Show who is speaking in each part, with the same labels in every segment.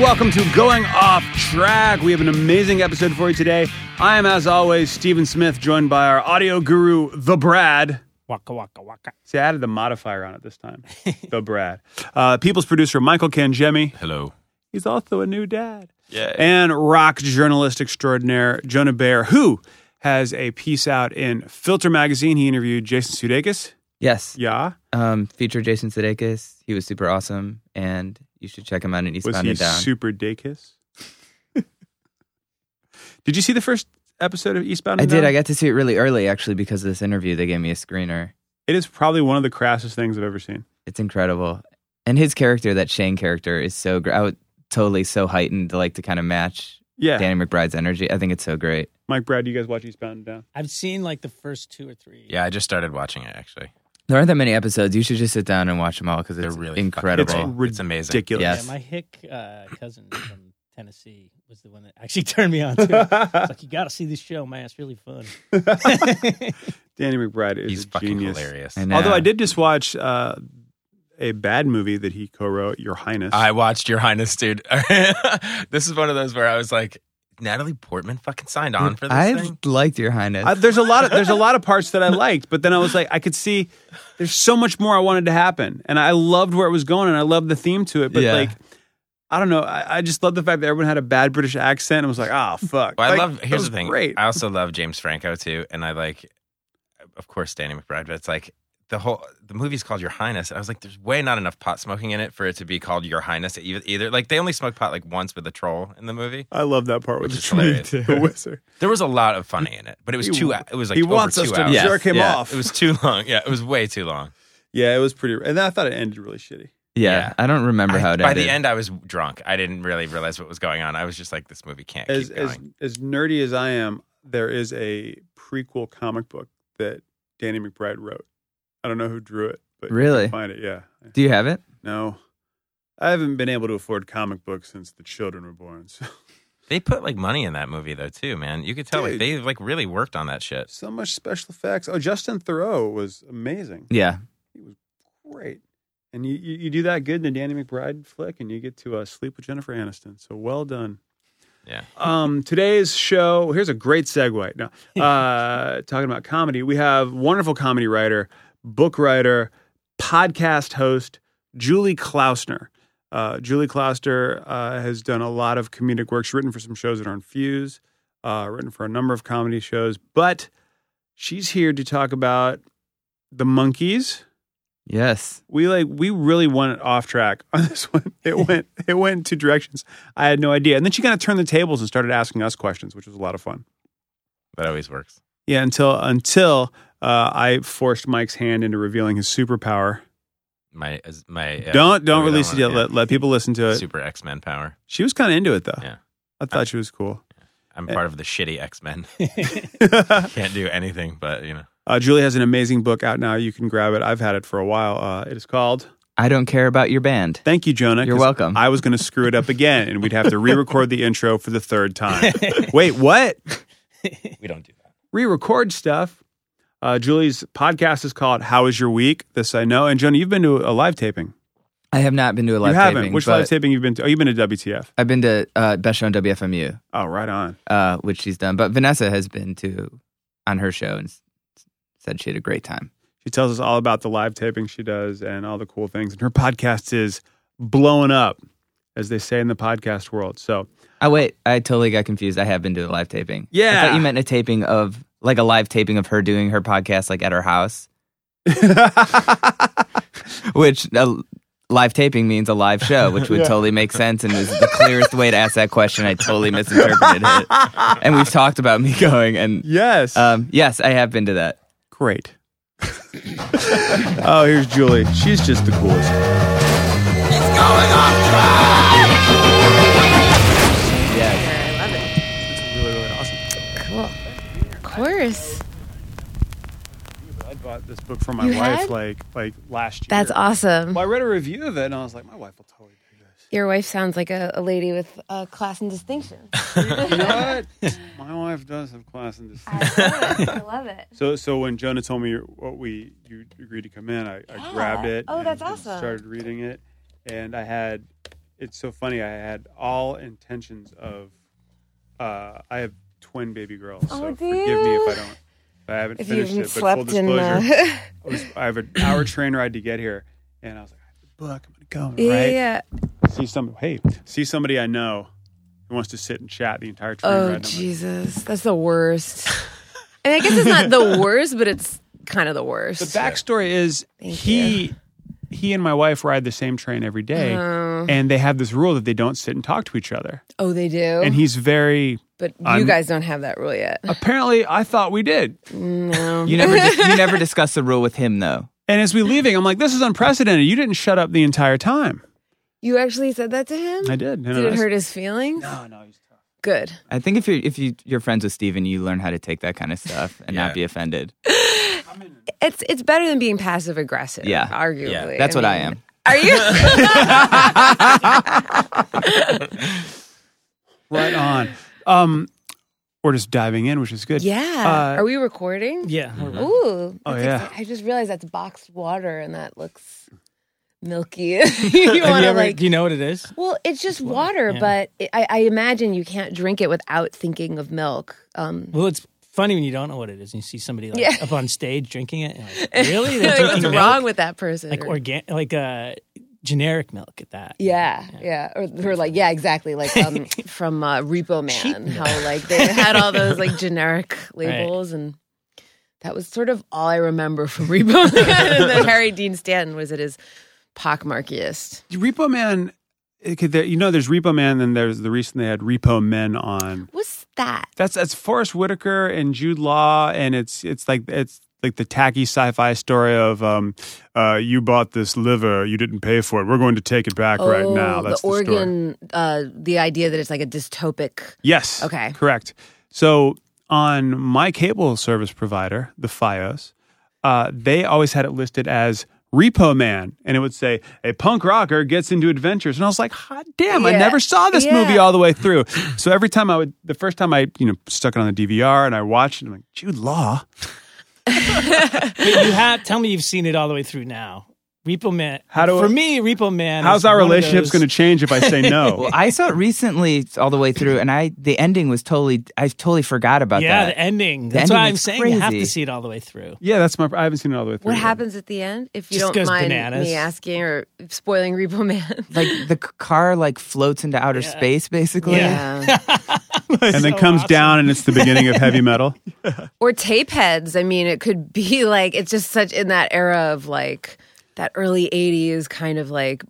Speaker 1: welcome to Going Off Track. We have an amazing episode for you today. I am, as always, Stephen Smith, joined by our audio guru, The Brad.
Speaker 2: Waka waka waka.
Speaker 1: See, I added the modifier on it this time. the Brad. Uh, People's producer, Michael Kanjemi.
Speaker 3: Hello.
Speaker 1: He's also a new dad.
Speaker 3: Yeah.
Speaker 1: And rock journalist extraordinaire, Jonah Baer, who has a piece out in Filter Magazine. He interviewed Jason Sudeikis.
Speaker 4: Yes.
Speaker 1: Yeah.
Speaker 4: Um, featured Jason Sudeikis. He was super awesome, and you should check him out in
Speaker 1: Was
Speaker 4: Eastbound
Speaker 1: he
Speaker 4: and Down.
Speaker 1: super Dakis? Did you see the first episode of Eastbound?
Speaker 4: I
Speaker 1: and
Speaker 4: did.
Speaker 1: Down?
Speaker 4: I got to see it really early, actually, because of this interview. They gave me a screener.
Speaker 1: It is probably one of the crassest things I've ever seen.
Speaker 4: It's incredible, and his character, that Shane character, is so gr- I would, totally so heightened to like to kind of match
Speaker 1: Yeah.
Speaker 4: Danny McBride's energy. I think it's so great.
Speaker 1: Mike, Brad, do you guys watch Eastbound and Down?
Speaker 2: I've seen like the first two or three.
Speaker 3: Yeah, I just started watching it actually.
Speaker 4: There aren't that many episodes. You should just sit down and watch them all because
Speaker 3: They're
Speaker 4: it's
Speaker 3: really fucking
Speaker 4: incredible.
Speaker 3: great.
Speaker 1: It's
Speaker 3: It's amazing.
Speaker 1: ridiculous.
Speaker 4: Yes.
Speaker 2: Yeah, my hick uh, cousin from Tennessee was the one that actually turned me on to it. It's like you got to see this show, man. It's really fun.
Speaker 1: Danny McBride is
Speaker 3: He's
Speaker 1: a
Speaker 3: fucking
Speaker 1: genius.
Speaker 3: hilarious.
Speaker 4: I know.
Speaker 1: Although I did just watch uh, a bad movie that he co-wrote, Your Highness.
Speaker 3: I watched Your Highness, dude. this is one of those where I was like, Natalie Portman fucking signed on for this
Speaker 4: I
Speaker 3: thing.
Speaker 4: liked Your Highness.
Speaker 1: I- there's a lot of there's a lot of parts that I liked, but then I was like, I could see there's so much more I wanted to happen, and I loved where it was going, and I loved the theme to it, but
Speaker 4: Yeah.
Speaker 1: like. I don't know. I, I just love the fact that everyone had a bad British accent and was like, "Ah, fuck."
Speaker 3: Well, I
Speaker 1: Like,
Speaker 3: love.
Speaker 1: that
Speaker 3: Here's
Speaker 1: was
Speaker 3: the thing.
Speaker 1: Great.
Speaker 3: I also love James Franco too, and I like, of course, Danny McBride. But it's like the whole the movie's called Your Highness, and I was like, there's way not enough pot smoking in it for it to be called Your Highness e- either. Like they only smoked pot like once with a troll in the movie.
Speaker 1: I love that part with
Speaker 3: Which
Speaker 1: the
Speaker 3: is
Speaker 1: tree,
Speaker 3: hilarious.
Speaker 1: the wizard.
Speaker 3: There was a lot of funny in it, but it was
Speaker 1: He-
Speaker 3: two. It was like
Speaker 1: he
Speaker 3: over
Speaker 1: wants us
Speaker 3: two
Speaker 1: to
Speaker 3: hours.
Speaker 4: Yeah.
Speaker 1: jerk him
Speaker 4: Yeah.
Speaker 1: off.
Speaker 3: It was too long. Yeah, it was way too long.
Speaker 1: yeah, it was pretty. And I thought it ended really shitty.
Speaker 4: yeah,
Speaker 3: yeah.
Speaker 4: I don't remember how
Speaker 3: I-
Speaker 4: it
Speaker 3: by
Speaker 4: ended.
Speaker 3: the end, I was drunk. I didn't really realize what was going on. I was just like, this movie can't
Speaker 1: as
Speaker 3: keep
Speaker 1: as
Speaker 3: going.
Speaker 1: as nerdy as I am, there is a prequel comic book that Danny McBride wrote. I don't know who drew it, but you can
Speaker 4: Really?
Speaker 1: find it. Yeah,
Speaker 4: Do you have it?
Speaker 1: no, I haven't been able to afford comic books since the children were born. So,
Speaker 3: They put like money in that movie though too, man. You could tell
Speaker 1: Dude.
Speaker 3: like they like really worked on that shit.
Speaker 1: so much special effects. Oh, Justin Thoreau was amazing,
Speaker 4: Yeah.
Speaker 1: great. And you, you, you do that good in a Danny McBride flick, and you get to uh, sleep with Jennifer Aniston. So well done.
Speaker 3: Yeah.
Speaker 1: Um, today's show, here's a great segue. No, uh, talking about comedy, we have wonderful comedy writer, book writer, podcast host, Julie Klausner. Uh, Julie Klausner uh, has done a lot of comedic work. She's written for some shows that aren't Fuse, uh, written for a number of comedy shows, but she's here to talk about the monkeys.
Speaker 4: Yes.
Speaker 1: We like we really went off track on this one. It went it went two directions. I had no idea. And then she kind of turned the tables and started asking us questions, which was a lot of fun.
Speaker 3: That always works.
Speaker 1: Yeah, until until uh, I forced Mike's hand into revealing his superpower.
Speaker 3: My as- my uh,
Speaker 1: don't don't
Speaker 3: we don't
Speaker 1: release it yet.
Speaker 3: wanna- yeah.
Speaker 1: Let, let people listen to it.
Speaker 3: super X Men power.
Speaker 1: She was kind of into it though.
Speaker 3: Yeah.
Speaker 1: I thought she was cool.
Speaker 3: I'm
Speaker 1: Eh.
Speaker 3: part of the shitty X Men. Can't do anything, but you know.
Speaker 1: uh, Julie has an amazing book out now. You can grab it. I've had it for a while. Uh, it is called
Speaker 4: I don't care about your band.
Speaker 1: Thank you, Jonah.
Speaker 4: You're
Speaker 1: 'cause
Speaker 4: welcome.
Speaker 1: I was going to screw it up again, and we'd have to re-record the intro for the third time. Wait, what?
Speaker 3: We don't do that.
Speaker 1: re-record stuff. Uh, Julie's podcast is called "How Is Your Week?" This I know. And Jonah, you've been to a live taping.
Speaker 4: I have not been to a live
Speaker 1: you haven't.
Speaker 4: taping,
Speaker 1: Which
Speaker 4: but
Speaker 1: live taping you've been to? Oh, you've been to WTF.
Speaker 4: I've been to uh, Best Show on WFMU,
Speaker 1: Oh, right on.
Speaker 4: uh, which she's done. But Vanessa has been to on her show and s- said she had a great time.
Speaker 1: She tells us all about the live taping she does and all the cool things. And her podcast is blowing up, as they say in the podcast world. So
Speaker 4: Oh wait, I totally got confused. I have been to a live taping. I
Speaker 1: Yeah.
Speaker 4: thought you meant a taping of like a live taping of her doing her podcast like at her house, which uh, live taping means a live show, which would totally make sense and is the clearest way to ask that question. I totally misinterpreted it, and we've talked about me going and
Speaker 1: yes,
Speaker 4: um, yes, I have been to that.
Speaker 1: great. oh, here's Julie. She's just the coolest.
Speaker 4: Yeah,
Speaker 1: Really, really awesome.
Speaker 5: Cool. Of course.
Speaker 1: I bought this book for my
Speaker 5: You
Speaker 1: wife
Speaker 5: had?
Speaker 1: like like last year.
Speaker 5: That's awesome.
Speaker 1: Well, I read a review of it, and I was like, my wife will totally do this.
Speaker 5: Your wife sounds like a, a lady with uh, class and distinction.
Speaker 1: You know what? My wife does have class in this.
Speaker 5: I love it.
Speaker 1: So, so when Jonah told me your- what we you agreed to come in, I, I grabbed it.
Speaker 5: Oh,
Speaker 1: and
Speaker 5: that's
Speaker 1: just
Speaker 5: awesome.
Speaker 1: Started reading it, and I had it's so funny. I had all intentions of. Uh, I have twin baby girls, so
Speaker 5: Oh, do
Speaker 1: forgive me
Speaker 5: you?
Speaker 1: if I don't. If I haven't
Speaker 5: If you
Speaker 1: finished
Speaker 5: haven't
Speaker 1: it, but full
Speaker 5: slept in,
Speaker 1: disclosure,
Speaker 5: uh,
Speaker 1: I, was, I have an hour train ride to get here, and I was like, I have to book. I'm gonna go.
Speaker 5: yeah,
Speaker 1: right?
Speaker 5: yeah.
Speaker 1: See some. Hey, see somebody I know who wants to sit and chat the entire train ride.
Speaker 5: Oh
Speaker 1: and I'm like,
Speaker 5: Jesus, that's the worst. and I guess it's not the worst, but it's kind of the worst.
Speaker 1: The backstory is
Speaker 5: Thank
Speaker 1: he he and my wife ride the same train every day,
Speaker 5: Oh.
Speaker 1: and they have this rule that they don't sit and talk to each other.
Speaker 5: oh, they do.
Speaker 1: And he's very
Speaker 5: but you
Speaker 1: I'm-
Speaker 5: guys don't have that rule yet.
Speaker 1: apparently. I thought we did,
Speaker 5: No.
Speaker 4: You never dis- you never discuss the rule with him though.
Speaker 1: and as we leaving, I'm like, "This is unprecedented. You didn't shut up the entire time."
Speaker 5: You actually said that to him?
Speaker 1: I did. No, no,
Speaker 5: Did it
Speaker 1: that's-
Speaker 5: hurt his feelings?
Speaker 1: No, no, he's tough.
Speaker 5: Good.
Speaker 4: I think if you if you you're friends with Steven, you learn how to take that kind of stuff and
Speaker 3: Yeah.
Speaker 4: not be offended.
Speaker 5: It's it's better than being passive aggressive.
Speaker 4: Yeah.
Speaker 5: Arguably.
Speaker 3: Yeah,
Speaker 4: That's what I
Speaker 5: mean,
Speaker 4: am.
Speaker 5: Are you?
Speaker 1: Right on. Um, we're just diving in, which is good.
Speaker 5: yeah.
Speaker 1: Uh,
Speaker 5: Are we recording?
Speaker 2: Yeah.
Speaker 5: Ooh.
Speaker 1: Oh,
Speaker 5: that's
Speaker 1: yeah.
Speaker 5: exci- I just realized that's boxed water and that looks milky. you
Speaker 2: Have
Speaker 5: want
Speaker 2: you
Speaker 5: to
Speaker 2: ever-
Speaker 5: like
Speaker 2: do you know what it is?
Speaker 5: Well, it's just water,
Speaker 2: yeah.
Speaker 5: but it, I, I imagine you can't drink it without thinking of milk. Um,
Speaker 2: Well, it's funny when you don't know what it is and you see somebody like
Speaker 5: Yeah.
Speaker 2: up on stage drinking it. and you're like, really? They're
Speaker 5: what's
Speaker 2: drinking milk?
Speaker 5: wrong with that person?
Speaker 2: Like
Speaker 5: Or-
Speaker 2: organic, like uh, generic milk at that.
Speaker 5: yeah, yeah, or, or like yeah, exactly, like um, from uh, Repo Man, how like they had all those like generic labels, and that was sort of all I remember from Repo Man. and then Harry Dean Stanton was at his pockmarkiest.
Speaker 1: Repo Man. it could- there- You know, there's Repo Man, and there's the recent they had Repo Men on.
Speaker 5: What's that?
Speaker 1: That's that's Forrest Whitaker and Jude Law, and it's it's like it's like the tacky sci-fi story of um, uh, you bought this liver, you didn't pay for it. We're going to take it back right now. That's the,
Speaker 5: Oh, the
Speaker 1: story.
Speaker 5: organ, uh, the idea that it's like a dystopic.
Speaker 1: Yes.
Speaker 5: Okay.
Speaker 1: Correct. So on my cable service provider, the FiOS, uh, they always had it listed as Repo Man, and it would say a punk rocker gets into adventures, and I was like, "Hot damn! I
Speaker 5: Yeah.
Speaker 1: never saw this
Speaker 5: Yeah.
Speaker 1: movie all the way through." so every time I would, the first time I, you know, stuck it on the DVR and I watched it, I'm like, "Jude Law."
Speaker 2: But you have. Tell me you've seen it all the way through now. Repo Man.
Speaker 1: How do-
Speaker 2: for me, Repo Man.
Speaker 1: How's
Speaker 2: is
Speaker 1: our
Speaker 2: one of
Speaker 1: relationship's
Speaker 2: those-
Speaker 1: going to change if I say no?
Speaker 4: Well, I saw it recently all the way through, and I the ending was totally I totally forgot about
Speaker 2: Yeah,
Speaker 4: that.
Speaker 2: the ending. That's
Speaker 4: ending
Speaker 2: why I'm
Speaker 4: is
Speaker 2: saying you have to
Speaker 4: crazy.
Speaker 2: see it all the way through.
Speaker 1: yeah, that's my. I haven't seen it all the way through.
Speaker 5: What
Speaker 1: yet.
Speaker 5: happens at the end? If you
Speaker 2: Just
Speaker 5: don't
Speaker 2: goes
Speaker 5: mind
Speaker 2: bananas.
Speaker 5: me asking or spoiling Repo Man.
Speaker 4: like the c- car like floats into outer
Speaker 2: Yeah.
Speaker 4: space basically.
Speaker 5: Yeah.
Speaker 1: And then
Speaker 2: So
Speaker 1: comes
Speaker 2: awesome.
Speaker 1: down, and it's the beginning of heavy metal.
Speaker 5: or tape heads. I mean, it could be like it's just such in that era of like that early '80s kind of like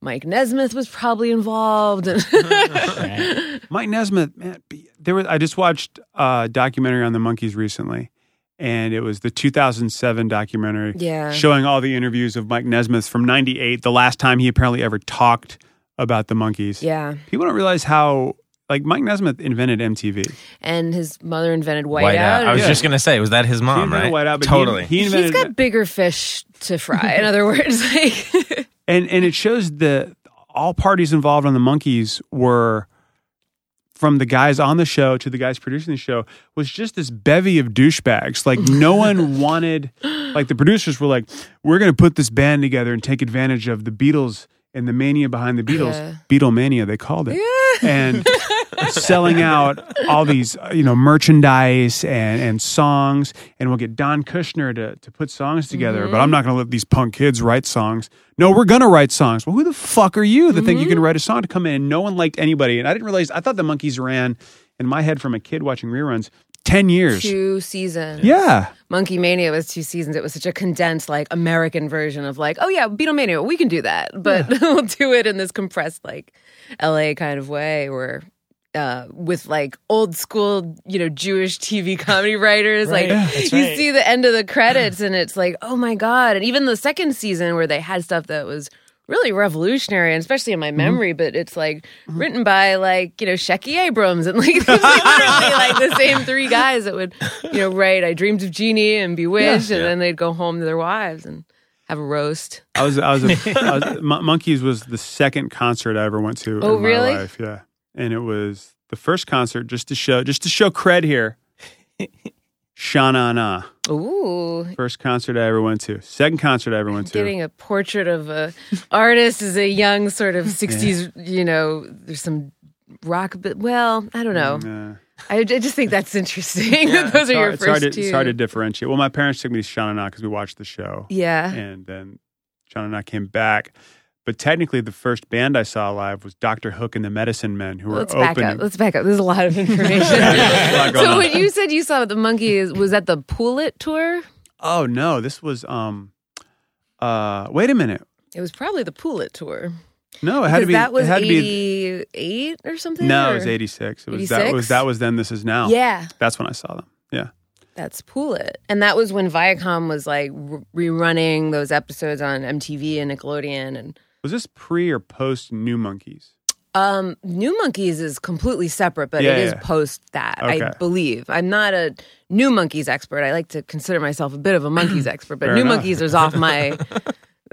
Speaker 5: Mike Nesmith was probably involved. And
Speaker 2: Right.
Speaker 1: Mike Nesmith, man, be- there was. I just watched a documentary on the monkeys recently, and it was the 2007 documentary
Speaker 5: Yeah.
Speaker 1: showing all the interviews of Mike Nesmith from '98, the last time he apparently ever talked about the monkeys.
Speaker 5: yeah,
Speaker 1: People don't realize how like Mike Nesmith invented MTV.
Speaker 5: and his mother invented
Speaker 3: White
Speaker 5: whiteout.
Speaker 3: out. I was
Speaker 1: Yeah.
Speaker 3: just gonna say, was that his
Speaker 1: He
Speaker 3: mom?
Speaker 1: invented
Speaker 3: Right.
Speaker 1: White Album, but he-
Speaker 3: totally.
Speaker 1: He,
Speaker 5: He's
Speaker 1: invented,
Speaker 5: got bigger fish to fry. In other words, like
Speaker 1: and and it shows the all parties involved on the monkeys were from the guys on the show to the guys producing the show was just this bevy of douchebags like no one wanted like the producers were like we're going to put this band together and take advantage of the beatles and the mania behind the beatles
Speaker 5: Yeah.
Speaker 1: beatlemania they called it and selling out all these uh, you know merchandise and and songs and we'll get don kushner to, to put songs together but i'm not going to let these punk kids write songs no we're going to write songs well who the fuck are you that think you can write a song to come in and no one liked anybody and i didn't realize i thought the monkeys ran in my head from a kid watching reruns 10 years
Speaker 5: two seasons.
Speaker 1: yeah
Speaker 5: Monkey Mania was two seasons. It was such a condensed, like American version of like, oh yeah, Beatlemania, we can do that, but we'll do it in this compressed, like LA kind of way, where uh, with like old school, you know, Jewish TV comedy writers,
Speaker 2: Right. Yeah,
Speaker 5: like
Speaker 2: that's
Speaker 5: you
Speaker 2: right.
Speaker 5: see the end of the credits, and it's like, oh my god! And even the second season where they had stuff that was really revolutionary, and especially in my
Speaker 1: Mm-hmm.
Speaker 5: memory, but it's like written by like you know Shecky Abrams and like it was, like, literally like the same three guys that would you know write "I Dreamed of Jeannie" and "Bewitched," and then they'd go home to their wives and have a roast.
Speaker 1: i was i was, a, I was Mon- monkeys was the second concert i ever went to
Speaker 5: Oh,
Speaker 1: in
Speaker 5: really?
Speaker 1: my life yeah and it was the first concert just to show just to show cred here Sha Na Na.
Speaker 5: Ooh.
Speaker 1: First concert I ever went to. Second concert I ever went to.
Speaker 5: Getting a portrait of a artist is a young sort of 60s, you know, there's some rock, but well, I don't know.
Speaker 1: Nah.
Speaker 5: I, I just think that's interesting. that Those are your
Speaker 1: Mm. it's,
Speaker 5: first
Speaker 1: hard to,
Speaker 5: two.
Speaker 1: it's hard to differentiate. Well, my parents took me to Sha Na Na because we watched the show.
Speaker 5: yeah.
Speaker 1: and then John and I came back. But technically, the first band I saw live was Doctor Hook and the Medicine Men, who were
Speaker 5: Let's
Speaker 1: opening.
Speaker 5: back up. Let's back up. There's a lot of information.
Speaker 1: a lot going
Speaker 5: so
Speaker 1: on.
Speaker 5: when you said you saw the monkeys, was that the Pull It tour?
Speaker 1: Oh no, this was um, uh, wait a minute.
Speaker 5: It was probably the Pull It tour.
Speaker 1: No, it had to
Speaker 5: Because
Speaker 1: be.
Speaker 5: that was
Speaker 1: it had to be.
Speaker 5: 88 or something?
Speaker 1: No, it was
Speaker 5: or-
Speaker 1: eighty six. It was that was
Speaker 5: 86?
Speaker 1: that was then. This is now.
Speaker 5: Yeah,
Speaker 1: that's when I saw them. Yeah,
Speaker 5: that's Pull It. And that was when Viacom was like r- rerunning those episodes on MTV and Nickelodeon. And
Speaker 1: was this pre or post New Monkeys?
Speaker 5: um, New Monkeys is completely separate, but
Speaker 1: Yeah,
Speaker 5: it is
Speaker 1: yeah.
Speaker 5: post that, I
Speaker 1: Okay.
Speaker 5: believe. I'm not a New Monkeys expert. I like to consider myself a bit of a Monkeys expert, but
Speaker 1: Fair
Speaker 5: New
Speaker 1: enough.
Speaker 5: Monkeys is off my.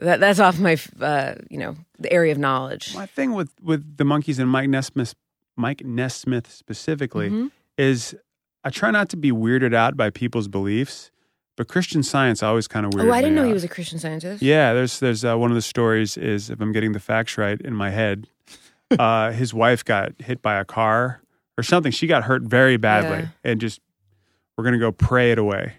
Speaker 5: That, that's off my, uh, you know, the area of knowledge.
Speaker 1: My thing with with the monkeys and Mike Nesmith, Mike Nesmith specifically,
Speaker 5: Mhm.
Speaker 1: is I try not to be weirded out by people's beliefs, but Christian Science always kind of weirds
Speaker 5: Oh, I didn't
Speaker 1: me
Speaker 5: know
Speaker 1: out.
Speaker 5: he was a Christian scientist.
Speaker 1: Yeah, there's there's uh, one of the stories is if I'm getting the facts right in my head, uh, his wife got hit by a car or something. She got hurt very badly,
Speaker 5: Yeah.
Speaker 1: and just we're gonna go pray it away.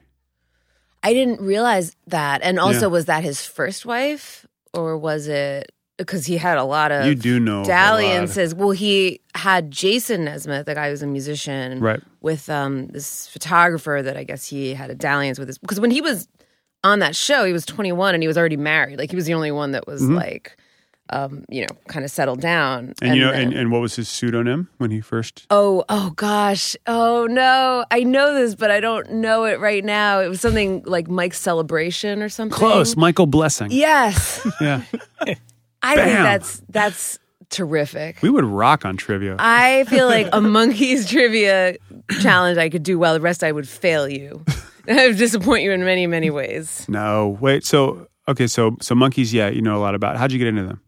Speaker 5: I didn't realize that. And
Speaker 1: Yeah.
Speaker 5: also, was that his first wife, or was it because he had a lot of
Speaker 1: you do know a lot.
Speaker 5: dalliances? Well, he had Jason Nesmith, the guy who's a musician,
Speaker 1: right?
Speaker 5: with um, this photographer that I guess he had a dalliance with. His, because when he was on that show, he was 21 and he was already married. Like he was the only one that was
Speaker 1: Mhm.
Speaker 5: like, um, you know, kind of settled down.
Speaker 1: And, you know,
Speaker 5: then-
Speaker 1: and, and what was his pseudonym when he first?
Speaker 5: Oh, oh gosh. Oh no. I know this, but I don't know it right now. It was something like Mike's celebration or something.
Speaker 1: Close, Michael Blessing.
Speaker 5: Yes.
Speaker 1: yeah.
Speaker 5: I think
Speaker 1: Bam.
Speaker 5: that's that's terrific.
Speaker 1: We would rock on trivia.
Speaker 5: I feel like a monkey's trivia challenge I could do well. The rest I would fail you. I would disappoint you in many, many ways.
Speaker 1: no, wait. So okay, so so monkeys. Yeah, you know a lot about. How'd you get into them?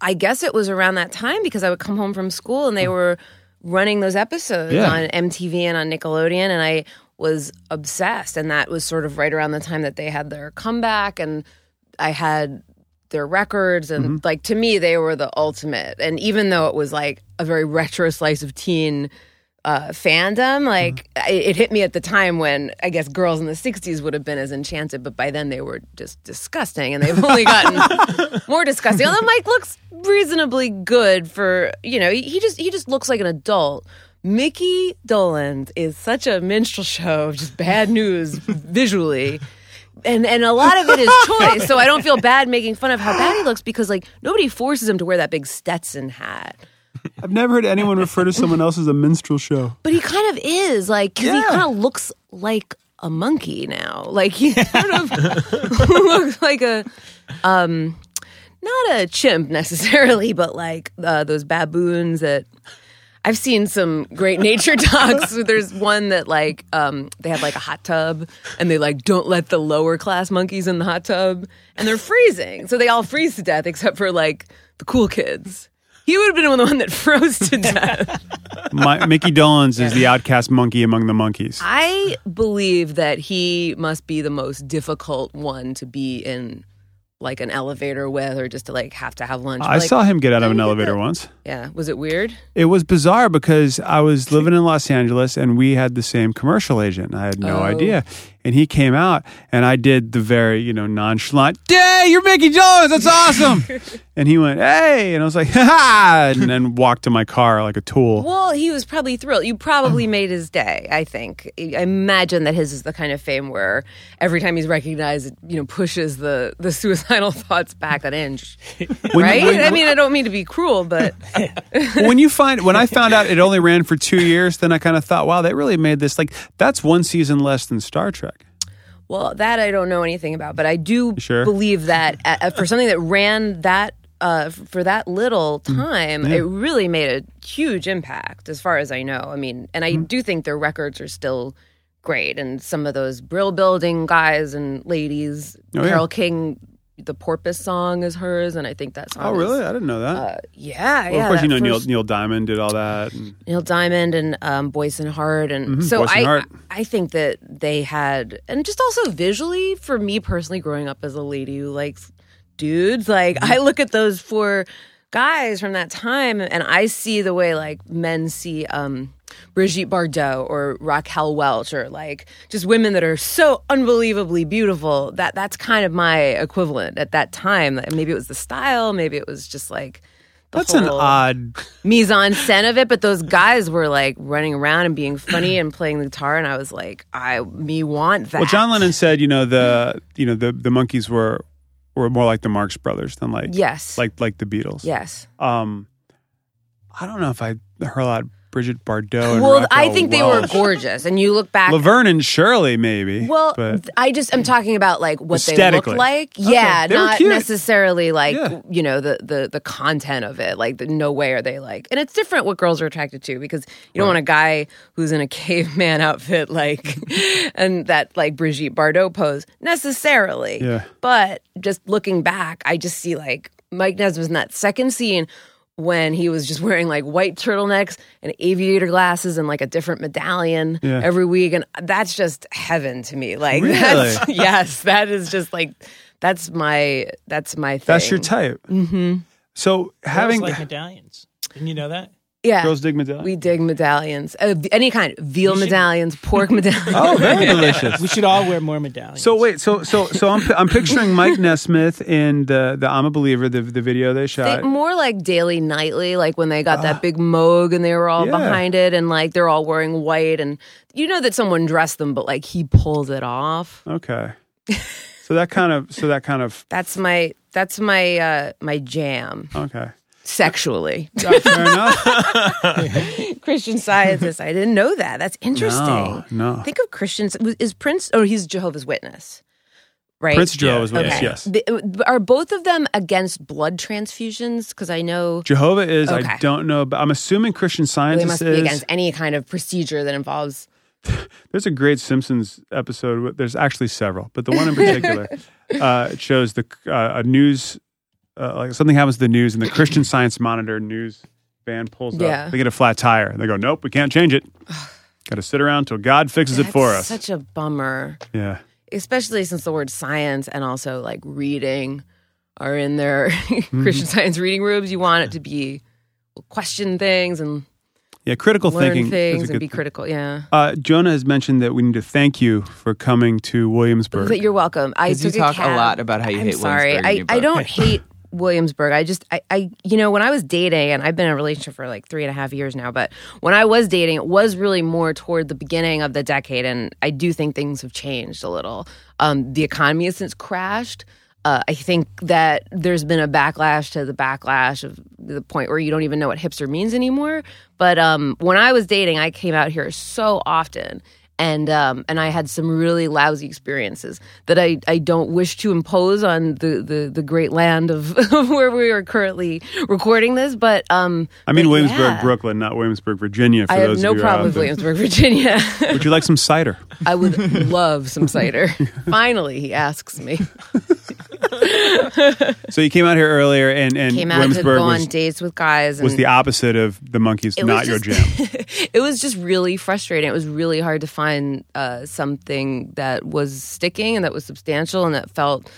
Speaker 5: I guess it was around that time because I would come home from school and they were running those episodes
Speaker 1: Yeah.
Speaker 5: on MTV and on Nickelodeon, and I was obsessed. And that was sort of right around the time that they had their comeback, and I had their records, and like to me, they were the ultimate. And even though it was like a very retro slice of teen. Uh, fandom, like I it hit me at the time when I guess girls in the '60s would have been as enchanted, but by then they were just disgusting, and they've only gotten more disgusting. Although Mike looks reasonably good for you know, he just he just looks like an adult. Mickey Doland is such a minstrel show of just bad news visually. And and a lot of it is choice, so I don't feel bad making fun of how bad he looks because like nobody forces him to wear that big Stetson hat.
Speaker 1: I've never heard anyone refer to someone else as a minstrel show.
Speaker 5: But he kind of is like 'cause he kind of looks like a monkey now. Like he sort of looks like a um not a chimp necessarily, but like uh, those baboons that I've seen some great nature docs. There's one that like um, they have like a hot tub and they like don't let the lower class monkeys in the hot tub and they're freezing. So they all freeze to death except for like the cool kids. He would have been the one that froze to death.
Speaker 1: My, Mickey Dolenz is the outcast monkey among the monkeys.
Speaker 5: I believe that he must be the most difficult one to be in like an elevator with or just to like have to have lunch.
Speaker 1: I
Speaker 5: Like,
Speaker 1: saw him get out of an
Speaker 5: "Can you get
Speaker 1: elevator
Speaker 5: that?"
Speaker 1: once.
Speaker 5: Yeah. Was it weird?
Speaker 1: It was bizarre because I was living in Los Angeles and we had the same commercial agent. I had no
Speaker 5: Oh.
Speaker 1: idea. And he came out and I did the very, you know, nonchalant, Hey, you're Mickey Jones. That's awesome. and he went, Hey. And I was like, Ha ha. And then walked to my car like a tool.
Speaker 5: Well, he was probably thrilled. You
Speaker 1: Mm.
Speaker 5: probably made his day, I think. I imagine that his is the kind of fame where every time he's recognized, it, you know, pushes the, the suicidal thoughts back an inch. right? I mean, I don't mean to be cruel, but
Speaker 1: when you find, when I found out it only ran for two years, then I kind of thought, Wow, they really made this like, that's one season less than Star Trek.
Speaker 5: Well, that I don't know anything about, but I do
Speaker 1: sure?
Speaker 5: believe that uh, uh, for something that ran that uh, f- for that little
Speaker 1: Mm.
Speaker 5: time, it really made a huge impact, as far as I know. I mean, and
Speaker 1: Mm-hmm.
Speaker 5: I do think their records are still great, and some of those Brill Building guys and ladies,
Speaker 1: Oh, yeah.
Speaker 5: Carol King the Porpoise song is hers, and I think that song.
Speaker 1: Oh, really?
Speaker 5: Is,
Speaker 1: I didn't know that.
Speaker 5: uh, yeah,
Speaker 1: Well,
Speaker 5: yeah.
Speaker 1: of course, you know
Speaker 5: that
Speaker 1: Neil,
Speaker 5: first-
Speaker 1: Neil Diamond did all that. and-
Speaker 5: Neil Diamond and um, Boyce and Hart, and
Speaker 1: Mhm,
Speaker 5: so
Speaker 1: Boyce and
Speaker 5: I,
Speaker 1: Hart.
Speaker 5: I think that they had, and just also visually for me personally, growing up as a lady who likes dudes, like
Speaker 1: Mm-hmm.
Speaker 5: I look at those four guys from that time, and I see the way like men see um, Brigitte Bardot or Raquel Welch or like just women that are so unbelievably beautiful. That that's kind of my equivalent at that time. Like, Maybe it was the style, maybe it was just like. the
Speaker 1: That's an
Speaker 5: whole-
Speaker 1: odd.
Speaker 5: mise en scène of it, but those guys were like running around and being funny and playing the guitar, and I was like, I me want that.
Speaker 1: Well, John Lennon said, you know, the you know the the monkeys were were more like the Marx Brothers than like
Speaker 5: Yes.
Speaker 1: like like the Beatles.
Speaker 5: yes.
Speaker 1: Um, I don't know if I heard a lot of Bridget Bardot. oh, And
Speaker 5: Well, I
Speaker 1: Raquel
Speaker 5: think they were
Speaker 1: Welch.
Speaker 5: gorgeous, and you look back.
Speaker 1: Laverne and Shirley, maybe.
Speaker 5: well,
Speaker 1: but
Speaker 5: th- I just I'm talking about like what they look
Speaker 1: Aesthetically.
Speaker 5: like. Yeah,
Speaker 1: They were
Speaker 5: not
Speaker 1: cute.
Speaker 5: necessarily like
Speaker 1: Yeah.
Speaker 5: you know the the the content of it. Like the, no way are they like, and it's different what girls are attracted to because you don't want a guy who's in a caveman outfit like and that like Brigitte Bardot pose necessarily.
Speaker 1: Yeah.
Speaker 5: But just looking back, I just see like Mike Nesmith in that second scene when he was just wearing like white turtlenecks and aviator glasses and like a different medallion
Speaker 1: Yeah.
Speaker 5: every week. And that's just heaven to me. Like
Speaker 1: Really?
Speaker 5: that's yes, that is just like that's my that's my thing.
Speaker 1: that's your type. Mm-hmm. So having
Speaker 2: Girls like medallions. Didn't you know that?
Speaker 5: yeah.
Speaker 1: girls dig medallion.
Speaker 5: we dig medallions, uh, any kind, veal
Speaker 2: You should-
Speaker 5: medallions, pork medallions.
Speaker 1: oh, very delicious.
Speaker 2: We should all wear more medallions.
Speaker 1: So wait, so so so I'm I'm picturing Mike Nesmith in the the I'm a Believer the the video they
Speaker 5: They,
Speaker 1: shot.
Speaker 5: more like daily, nightly, like when they got that big moog and they were all
Speaker 1: Ah. Yeah.
Speaker 5: behind it, and like they're all wearing white, and you know that someone dressed them, but like he pulls it off.
Speaker 1: Okay. So that kind of so that kind of
Speaker 5: That's my that's my uh my jam
Speaker 1: okay.
Speaker 5: sexually.
Speaker 1: Yeah, fair enough.
Speaker 5: Christian Scientist. I didn't know that. That's interesting.
Speaker 1: No, Oh, no.
Speaker 5: Think of Christians is Prince or he's Jehovah's Witness, right?
Speaker 1: Prince Jehovah's
Speaker 3: Yeah,
Speaker 1: Witness,
Speaker 5: Okay.
Speaker 1: yes.
Speaker 5: The- uh, Are both of them against blood transfusions? Because I know
Speaker 1: Jehovah is I
Speaker 5: Okay.
Speaker 1: don't know, but I'm assuming Christian
Speaker 5: they
Speaker 1: Scientist
Speaker 5: must
Speaker 1: is.
Speaker 5: be against any kind of procedure that involves
Speaker 1: There's a great Simpsons episode. with- There's actually several, but the one in particular uh, it shows the uh, a news uh, like something happens to the news, and the Christian Science Monitor news van pulls
Speaker 5: Yeah.
Speaker 1: up. They get a flat tire, and they go, "Nope, we can't change it. Got to sit around till God fixes it for
Speaker 5: That's
Speaker 1: us."
Speaker 5: Such a bummer,
Speaker 1: yeah,
Speaker 5: especially since the word science and also like reading are in their
Speaker 1: Mm-hmm.
Speaker 5: Christian Science reading rooms. You want it to be question things and
Speaker 1: yeah. Critical
Speaker 5: learn
Speaker 1: thinking. is a
Speaker 5: things and
Speaker 1: good
Speaker 5: be
Speaker 1: thing.
Speaker 5: critical. Yeah.
Speaker 1: Uh, Jonah has mentioned that we need to thank you for coming to Williamsburg.
Speaker 5: But you're welcome. I
Speaker 4: 'Cause you
Speaker 5: took
Speaker 4: talk a
Speaker 5: cab.
Speaker 4: lot about how you
Speaker 5: I'm
Speaker 4: hate
Speaker 5: sorry.
Speaker 4: Williamsburg in your
Speaker 5: I, I
Speaker 4: book.
Speaker 5: don't hate Williamsburg. I just I, I you know when I was dating and I've been in a relationship for like three and a half years now, but when I was dating, it was really more toward the beginning of the decade, and I do think things have changed a little. Um, the economy has since crashed. Uh, I think that there's been a backlash to the backlash of the point where you don't even know what hipster means anymore. But um, when I was dating, I came out here so often and um, and I had some really lousy experiences that I, I don't wish to impose on the, the, the great land of, of where we are currently recording this. But um,
Speaker 1: I mean
Speaker 5: but
Speaker 1: Williamsburg,
Speaker 5: yeah.
Speaker 1: Brooklyn, not Williamsburg, Virginia. For
Speaker 5: I
Speaker 1: those
Speaker 5: have no
Speaker 1: of you who are out
Speaker 5: problem with
Speaker 1: there.
Speaker 5: Williamsburg, Virginia.
Speaker 1: Would you like some cider?
Speaker 5: I would love some cider. Finally, he asks me.
Speaker 1: So you came out here earlier, and and
Speaker 5: Came out to
Speaker 1: Williamsburg
Speaker 5: go
Speaker 1: was
Speaker 5: on dates with guys. And
Speaker 1: was the opposite of the monkeys
Speaker 5: It was
Speaker 1: not your
Speaker 5: just-
Speaker 1: jam
Speaker 5: it was just really frustrating. It was really hard to find uh, something that was sticking and that was substantial and that felt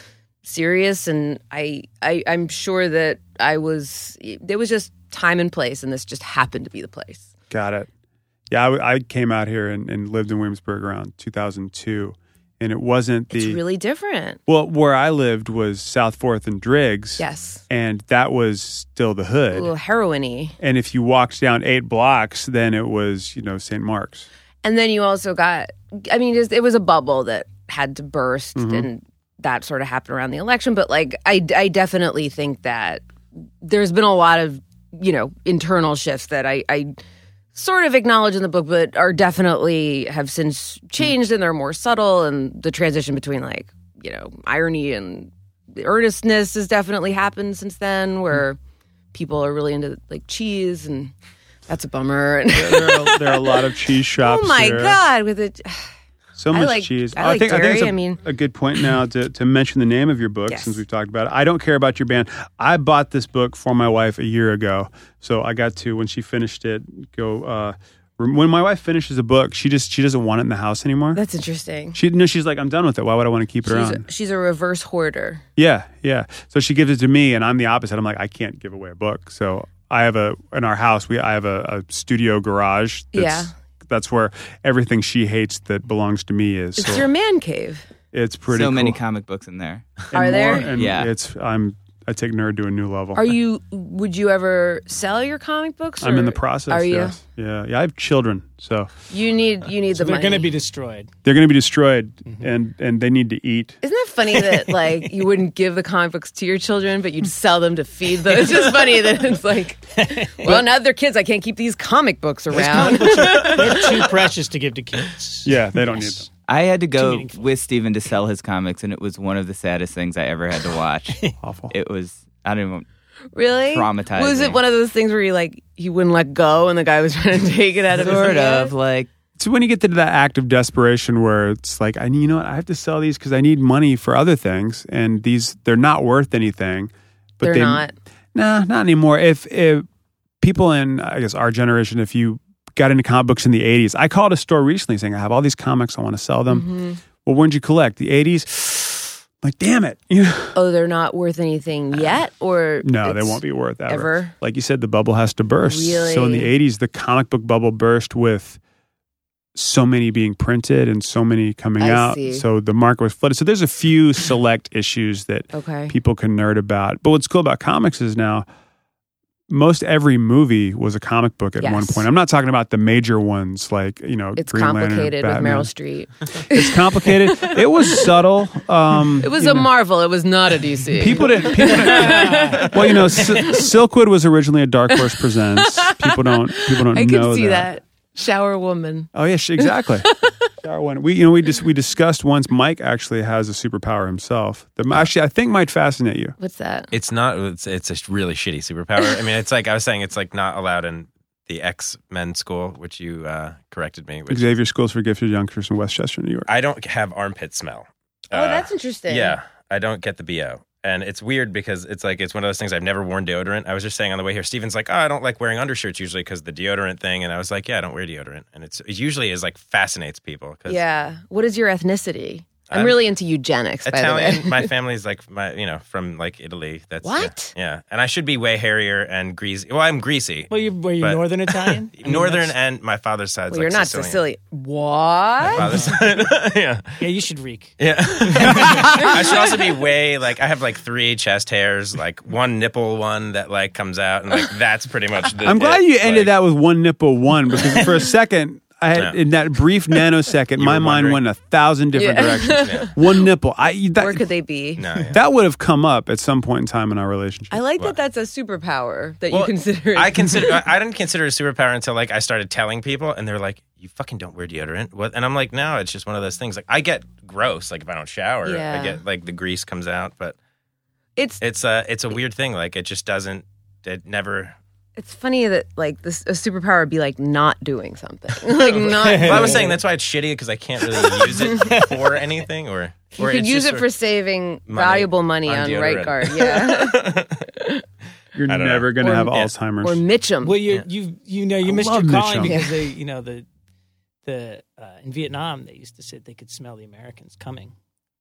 Speaker 5: serious. And I, I, I'm sure that I was. There was just time and place, and this just happened to be the place.
Speaker 1: got it yeah i, I came out here and, and lived in williamsburg around 2002 and it wasn't
Speaker 5: It's
Speaker 1: the
Speaker 5: really different.
Speaker 1: well where i lived was south fourth and driggs
Speaker 5: Yes,
Speaker 1: and that was still the hood
Speaker 5: a little heroiny.
Speaker 1: and if you walked down eight blocks then it was you know st mark's
Speaker 5: And then you also got, I mean, just, it was a bubble that had to burst, and that sort of happened around the election. But like, I, I definitely think that there's been a lot of, you know, internal shifts that I, I sort of acknowledge in the book, but are definitely have since changed and they're more subtle. And the transition between like, you know, irony and earnestness has definitely happened since then, where people are really into like cheese and. That's a bummer. And
Speaker 1: there, are, there are a lot of cheese shops
Speaker 5: Oh my
Speaker 1: here.
Speaker 5: god! With it,
Speaker 1: So
Speaker 5: I
Speaker 1: much
Speaker 5: like-
Speaker 1: cheese.
Speaker 5: I like
Speaker 1: think I think it's
Speaker 5: dairy,
Speaker 1: a,
Speaker 5: I mean-
Speaker 1: a good point now to, to mention the name of your book
Speaker 5: Yes.
Speaker 1: since we've talked about it. I don't care about your band. I bought this book for my wife a year ago, so I got to when she finished it go. Uh, rem- when my wife finishes a book, she just she doesn't want it in the house anymore.
Speaker 5: That's interesting.
Speaker 1: She no, she's like, I'm done with it. Why would I want to keep it
Speaker 5: She's,
Speaker 1: around?
Speaker 5: she's a reverse hoarder.
Speaker 1: Yeah, yeah. So she gives it to me, and I'm the opposite. I'm like, I can't give away a book. So I have a in our house. We I have a, a studio garage.
Speaker 5: Yeah.
Speaker 1: that's where everything she hates that belongs to me is.
Speaker 5: It's
Speaker 1: So
Speaker 5: your man cave.
Speaker 1: it's pretty.
Speaker 4: so many
Speaker 1: cool.
Speaker 4: comic books in there.
Speaker 1: And
Speaker 5: Are there?
Speaker 1: more, and
Speaker 4: Yeah.
Speaker 1: It's I'm I take nerd to a new level.
Speaker 5: Are you? Would you ever sell your comic books?
Speaker 1: I'm in the
Speaker 5: or-
Speaker 1: process.
Speaker 5: Are you?
Speaker 1: yes. Yeah. Yeah. I have children, so
Speaker 5: You need. You need
Speaker 2: So
Speaker 5: the
Speaker 2: they're
Speaker 5: money.
Speaker 2: going to be destroyed.
Speaker 1: they're going to be destroyed, and and they need to eat.
Speaker 5: Isn't that funny that like you wouldn't give the comic books to your children, but you'd sell them to feed them? It's just funny that it's like, well, now they're kids. I can't keep these comic books around.
Speaker 2: They're too precious to give to kids.
Speaker 1: Yeah, they don't
Speaker 2: Yes.
Speaker 4: I had to go
Speaker 2: meaningful.
Speaker 4: with Steven to sell his comics, and it was one of the saddest things I ever had to watch.
Speaker 1: need them. Awful.
Speaker 4: it was I don't even.
Speaker 5: really Was it
Speaker 4: Traumatizing.
Speaker 5: one of those things where you like you wouldn't let go, and the guy was trying to take it out of
Speaker 4: Sort
Speaker 5: his hand?
Speaker 4: of like
Speaker 1: It's when you get to that act of desperation where it's like, I you know what, I have to sell these because I need money for other things, and these they're not worth anything. But
Speaker 5: They're
Speaker 1: they,
Speaker 5: not.
Speaker 1: Nah, not anymore. If if people in I guess our generation, if you got into comic books in the '80s, I called a store recently saying I have all these comics, I want to sell them.
Speaker 5: Mm-hmm.
Speaker 1: Well, when did you collect the '80s? Like, damn it, you know?
Speaker 5: Oh, they're not worth anything yet, or
Speaker 1: Uh, No, they
Speaker 5: it's-
Speaker 1: won't be worth ever.
Speaker 5: ever?
Speaker 1: Like you said, the bubble has to burst. So in the
Speaker 5: Really?
Speaker 1: '80s, the comic book bubble burst with so many being printed and so many coming
Speaker 5: I
Speaker 1: out.
Speaker 5: see.
Speaker 1: So the market was flooded. So there's a few select issues that
Speaker 5: Okay.
Speaker 1: people can nerd about. But what's cool about comics is now most every movie was a comic book at one
Speaker 5: Yes.
Speaker 1: point. I'm not talking about the major ones like you know
Speaker 5: It's
Speaker 1: Green Lantern or
Speaker 5: complicated with
Speaker 1: Batman.
Speaker 5: Meryl Streep.
Speaker 1: It's complicated. it was subtle. Um,
Speaker 5: It was
Speaker 1: you
Speaker 5: a
Speaker 1: know.
Speaker 5: Marvel. It was not a DC.
Speaker 1: People didn't. People, well, you know, S- Silkwood was originally a Dark Horse Presents. People don't. People don't
Speaker 5: I
Speaker 1: know
Speaker 5: could see that. Shower woman.
Speaker 1: Oh yeah, sh- exactly. Star one. We you know we just we discussed once. Mike actually has a superpower himself. That mi- actually I think might fascinate you.
Speaker 5: What's that?
Speaker 3: It's not. It's it's a really shitty superpower. I mean, it's like I was saying, it's like not allowed in the X Men school, which you uh, corrected me. Which
Speaker 1: Xavier Schools for Gifted Youngsters in Westchester, New York.
Speaker 3: I don't have armpit smell.
Speaker 5: Oh,
Speaker 3: Uh,
Speaker 5: that's interesting.
Speaker 3: Yeah, I don't get the bo, and it's weird because it's like it's one of those things I've never worn deodorant. I was just saying on the way here, Steven's like, oh, I don't like wearing undershirts usually because the deodorant thing, and I was like, yeah, I don't wear deodorant, and it's it usually is like fascinates people. 'cause
Speaker 5: Yeah. What is your ethnicity? I'm,
Speaker 3: I'm
Speaker 5: really into eugenics, by the
Speaker 3: Italian.
Speaker 5: way.
Speaker 3: my family's like my, you know, from like Italy. That's
Speaker 5: What?
Speaker 3: Yeah, yeah. and I should be way hairier and greasy. Well, I'm greasy,
Speaker 2: Well, you, were you
Speaker 3: But-
Speaker 2: northern Italian? I mean,
Speaker 3: northern,
Speaker 2: that's-
Speaker 3: and my father's side's
Speaker 5: well,
Speaker 3: like
Speaker 5: you're not
Speaker 3: Sicilian.
Speaker 5: Sicilian. What?
Speaker 3: Father's side, yeah.
Speaker 2: Yeah, you should reek.
Speaker 3: Yeah. I should also be way like I have like three chest hairs, like one nipple one that like comes out, and like that's pretty much. The,
Speaker 1: I'm glad
Speaker 3: it.
Speaker 1: you ended
Speaker 3: Like,
Speaker 1: that with one nipple one because for a second. I had,
Speaker 3: Yeah.
Speaker 1: In that brief nanosecond,
Speaker 3: You
Speaker 1: my
Speaker 3: were
Speaker 1: mind went
Speaker 3: wondering.
Speaker 1: a thousand different
Speaker 5: Yeah.
Speaker 1: directions. One nipple. I that,
Speaker 5: Where could they be?
Speaker 3: No, yeah.
Speaker 1: That would have come up at some point in time in our relationship.
Speaker 5: I like
Speaker 3: What?
Speaker 5: that that's a superpower that you
Speaker 3: Well,
Speaker 5: consider it.
Speaker 3: I consider I- I didn't consider it a superpower until like I started telling people, and they're like, "You fucking don't wear deodorant," what? and I'm like, "No, it's just one of those things." Like I get gross, like if I don't shower,
Speaker 5: Yeah.
Speaker 3: I get like the grease comes out, but
Speaker 5: it's
Speaker 3: it's a it's a weird thing. Like it just doesn't. It never.
Speaker 5: it's funny that like this a superpower would be like not doing something. like not
Speaker 3: Well, I was
Speaker 5: doing-
Speaker 3: saying that's why it's shitty because I can't really use it for anything, or
Speaker 5: you
Speaker 3: or
Speaker 5: could
Speaker 3: it's
Speaker 5: use
Speaker 3: just
Speaker 5: it
Speaker 3: sort
Speaker 5: for
Speaker 3: of-
Speaker 5: saving
Speaker 3: money
Speaker 5: valuable money
Speaker 3: on
Speaker 5: on, right
Speaker 3: deodorant.
Speaker 5: guard. Yeah.
Speaker 1: You're
Speaker 3: I don't know.
Speaker 1: never going to
Speaker 5: Or-
Speaker 1: have
Speaker 5: yeah.
Speaker 1: Alzheimer's.
Speaker 5: or Mitchum.
Speaker 2: Well, you you you know you
Speaker 1: I
Speaker 2: missed your
Speaker 1: love
Speaker 2: calling
Speaker 1: Mitchum.
Speaker 2: because they you know the the uh, in Vietnam they used to say they could smell the Americans coming.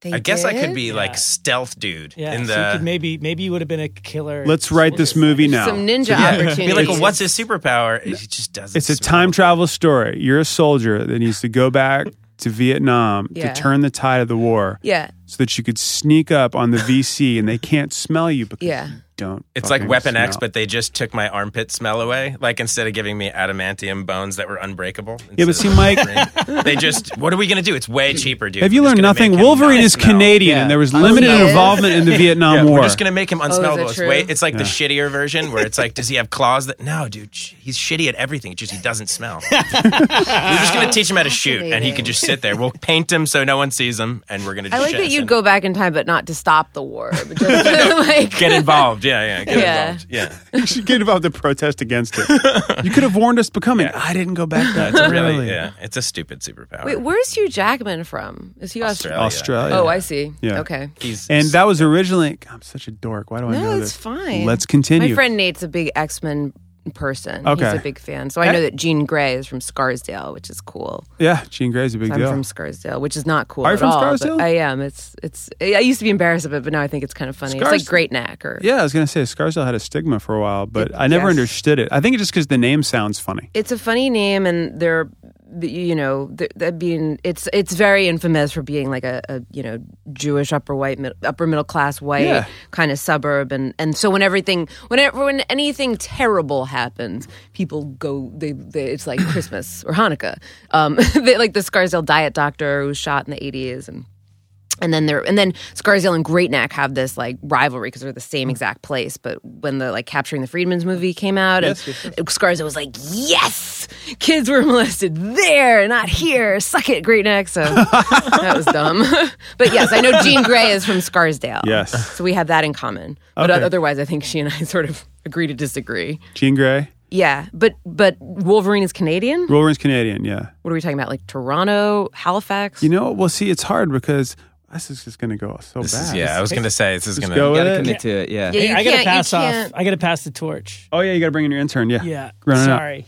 Speaker 5: They
Speaker 3: I guess I could
Speaker 5: did?
Speaker 3: be
Speaker 2: Yeah.
Speaker 3: like stealth dude
Speaker 2: Yeah,
Speaker 3: in
Speaker 2: so you
Speaker 3: the.
Speaker 2: could maybe maybe you would have been a killer.
Speaker 1: Let's write this
Speaker 2: soldier.
Speaker 1: movie now.
Speaker 5: Some ninja opportunities.
Speaker 3: be like, well, what's his superpower? It just doesn't.
Speaker 1: it's a
Speaker 3: smell.
Speaker 1: time travel story. You're a soldier that needs to go back to Vietnam
Speaker 5: Yeah.
Speaker 1: to turn the tide of the war
Speaker 5: Yeah.
Speaker 1: so that you could sneak up on the VC and they can't smell you because
Speaker 5: Yeah.
Speaker 1: you don't.
Speaker 3: It's like
Speaker 1: fucking
Speaker 3: Weapon X,
Speaker 1: smell.
Speaker 3: but they just took my armpit smell away. Like instead of giving me adamantium bones that were unbreakable,
Speaker 1: Yeah, but
Speaker 3: instead of
Speaker 1: see,
Speaker 3: green, they just what are we gonna do? It's way cheaper, dude.
Speaker 1: Have you
Speaker 3: We're just
Speaker 1: learned
Speaker 3: gonna
Speaker 1: nothing?
Speaker 3: make him
Speaker 1: Wolverine
Speaker 3: not
Speaker 1: is
Speaker 3: smell.
Speaker 1: Canadian.
Speaker 4: Yeah.
Speaker 1: There was
Speaker 4: Oh,
Speaker 1: limited
Speaker 5: he is?
Speaker 1: involvement in the Vietnam
Speaker 3: Yeah,
Speaker 1: War.
Speaker 3: we're just gonna make him unsmellable. it's,
Speaker 5: Oh, true?
Speaker 3: way, it's like the shittier version where it's like, does he have claws? That no, dude, sh- he's shitty at everything. It's just he doesn't smell. we're just gonna teach him how to shoot, and he
Speaker 5: Fascinating.
Speaker 3: can just sit there. We'll paint him so no one sees him, and we're gonna.
Speaker 5: I
Speaker 3: Just
Speaker 5: like
Speaker 3: shit
Speaker 5: that you should go back in time, but not to stop the war. But just like
Speaker 3: Get involved. Yeah, yeah. Get
Speaker 5: Yeah.
Speaker 3: involved. Yeah.
Speaker 1: you should get involved to protest against it. You could have warned us becoming. I didn't go back that
Speaker 3: That's really,
Speaker 1: early.
Speaker 3: yeah. It's a stupid superpower.
Speaker 5: Wait, where's Hugh Jackman from? Is he Australian?
Speaker 3: Australia.
Speaker 1: Australia.
Speaker 5: Oh, I see.
Speaker 1: Yeah.
Speaker 5: Okay.
Speaker 3: He's
Speaker 1: And that was originally. I'm such a dork. Why do I know
Speaker 5: No,
Speaker 1: this?
Speaker 5: it's fine.
Speaker 1: Let's continue.
Speaker 5: My friend Nate's a big X Men person. He's
Speaker 1: Okay. Eh.
Speaker 5: a big fan. So I know that Jean Grey is from Scarsdale, which is cool.
Speaker 1: Yeah, Gene Gray's a big
Speaker 5: I'm
Speaker 1: deal.
Speaker 5: from Scarsdale, which is not cool
Speaker 1: Are you
Speaker 5: at
Speaker 1: from
Speaker 5: all. but
Speaker 1: Scarsdale?
Speaker 5: I am. It's it's. I used to be embarrassed of it, but now I think it's kind of funny. it's
Speaker 1: Scars-
Speaker 5: like Great Neck or
Speaker 1: yeah, I was gonna say Scarsdale had a stigma for a while, but I never
Speaker 5: yes.
Speaker 1: understood it. I think it's just because the name sounds funny.
Speaker 5: It's a funny name, and they're the- you know th- that being it's it's very infamous for being like a, a you know Jewish upper white mid, upper middle class white
Speaker 1: Yeah.
Speaker 5: kind of suburb, and and so when everything whenever when anything terrible happens, people go they, they it's like Christmas or Hanukkah, um, they, like the Scarsdale diet doctor who was shot in the eighties and. And then they're and then Scarsdale and Great Neck have this like rivalry because they're the same exact place. But when the like Capturing the Freedmen's movie came out, and Scarsdale was like, "Yes, kids were molested there, not here. Suck it, Great Neck." So that was dumb. but yes, I know Jean Grey is from Scarsdale.
Speaker 1: Yes.
Speaker 5: so we have that in common. But
Speaker 1: Okay.
Speaker 5: otherwise, I think she and I sort of agree to disagree.
Speaker 1: Gene Gray,
Speaker 5: Yeah, but but Wolverine is Canadian.
Speaker 1: Wolverine's Canadian. Yeah,
Speaker 5: What are we talking about? Like Toronto, Halifax.
Speaker 1: you know. Well, see, it's hard because this is just gonna go so
Speaker 3: this
Speaker 1: bad.
Speaker 3: is, yeah, I was going to say, this is
Speaker 1: Just
Speaker 3: going
Speaker 1: go
Speaker 4: You
Speaker 3: to.
Speaker 4: gotta
Speaker 1: Yeah.
Speaker 4: commit to it. Yeah.
Speaker 5: Yeah, you
Speaker 2: I gotta
Speaker 5: can't- you
Speaker 2: pass off.
Speaker 5: can't-
Speaker 2: I gotta pass the torch.
Speaker 1: Oh yeah, you got to bring in your intern. Yeah.
Speaker 2: Yeah.
Speaker 1: Run it up.
Speaker 2: Sorry.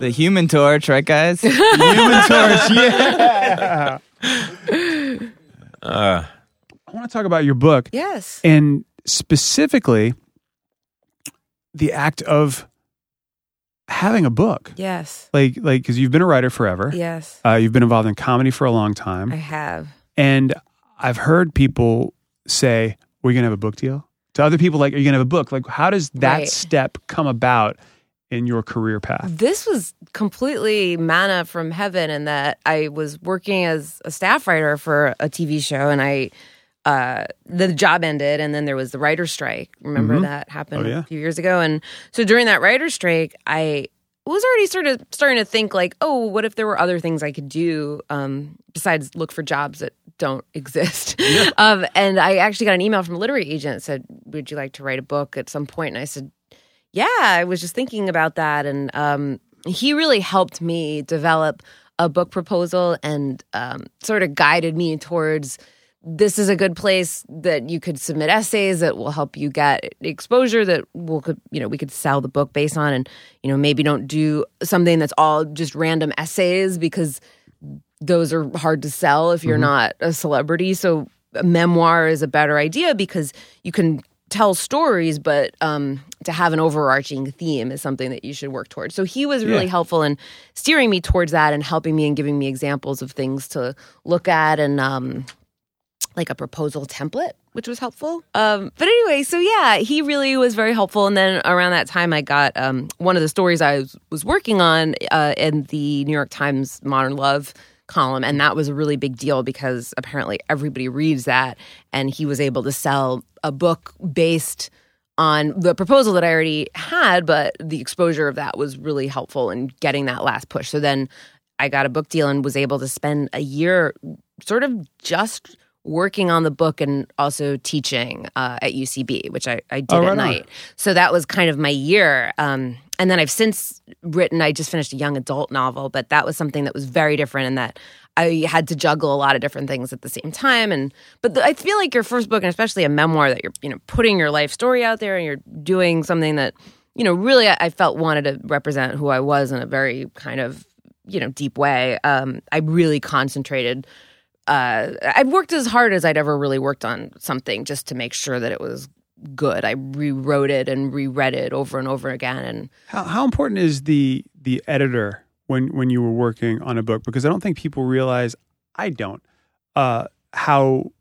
Speaker 4: The Human Torch, right, guys?
Speaker 1: Human Torch. Yeah.
Speaker 3: Uh,
Speaker 1: I want to talk about your book
Speaker 5: Yes.
Speaker 1: and specifically the act of having a book.
Speaker 5: Yes.
Speaker 1: Like, like, because you've been a writer forever.
Speaker 5: Yes.
Speaker 1: Uh, you've been involved in comedy for a long time.
Speaker 5: I have.
Speaker 1: And I've heard people say, We're going to have a book deal. To other people, like, Are you going to have a book? Like, how does that
Speaker 5: Right.
Speaker 1: step come about in your career path?
Speaker 5: This was completely manna from heaven in that I was working as a staff writer for a TV show and I uh the job ended and then there was the writer's strike. Remember
Speaker 1: Mhm.
Speaker 5: that happened
Speaker 1: Oh, yeah.
Speaker 5: a few years ago and so during that writer's strike I was already sort of starting to think like, oh, what if there were other things I could do um, besides look for jobs that don't exist? um, and I actually got an email from a literary agent that said, would you like to write a book at some point? And I said, yeah, I was just thinking about that, and um, he really helped me develop a book proposal and um, sort of guided me towards this is a good place that you could submit essays that will help you get exposure that will could you know we could sell the book based on and you know maybe don't do something that's all just random essays because those are hard to sell if you're not a celebrity. So a memoir is a better idea because you can tell stories, but um, to have an overarching theme is something that you should work towards. So he was really
Speaker 1: Yeah.
Speaker 5: helpful in steering me towards that and helping me and giving me examples of things to look at and um, like a proposal template, which was helpful. Um, but anyway, so yeah, he really was very helpful. And then around that time, I got um, one of the stories I was, was working on uh, in the New York Times Modern Love column. And that was a really big deal because apparently everybody reads that. And he was able to sell a book based on the proposal that I already had, but the exposure of that was really helpful in getting that last push. So then I got a book deal and was able to spend a year sort of just working on the book and also teaching uh, at UCB, which I, I did
Speaker 1: Oh, right
Speaker 5: at
Speaker 1: on.
Speaker 5: night. So that was kind of my year. Um, and then I've since written, I just finished a young adult novel, but that was something that was very different in that I had to juggle a lot of different things at the same time. And but the, I feel like your first book, and especially a memoir, that you're you know putting your life story out there and you're doing something that you know really I, I felt wanted to represent who I was in a very kind of you know deep way. Um, I really concentrated uh, I'd worked as hard as I'd ever really worked on something just to make sure that it was good. I rewrote it and reread it over and over again. And
Speaker 1: How, how important is the the editor when when you were working on a book? Because I don't think people realize I don't uh, how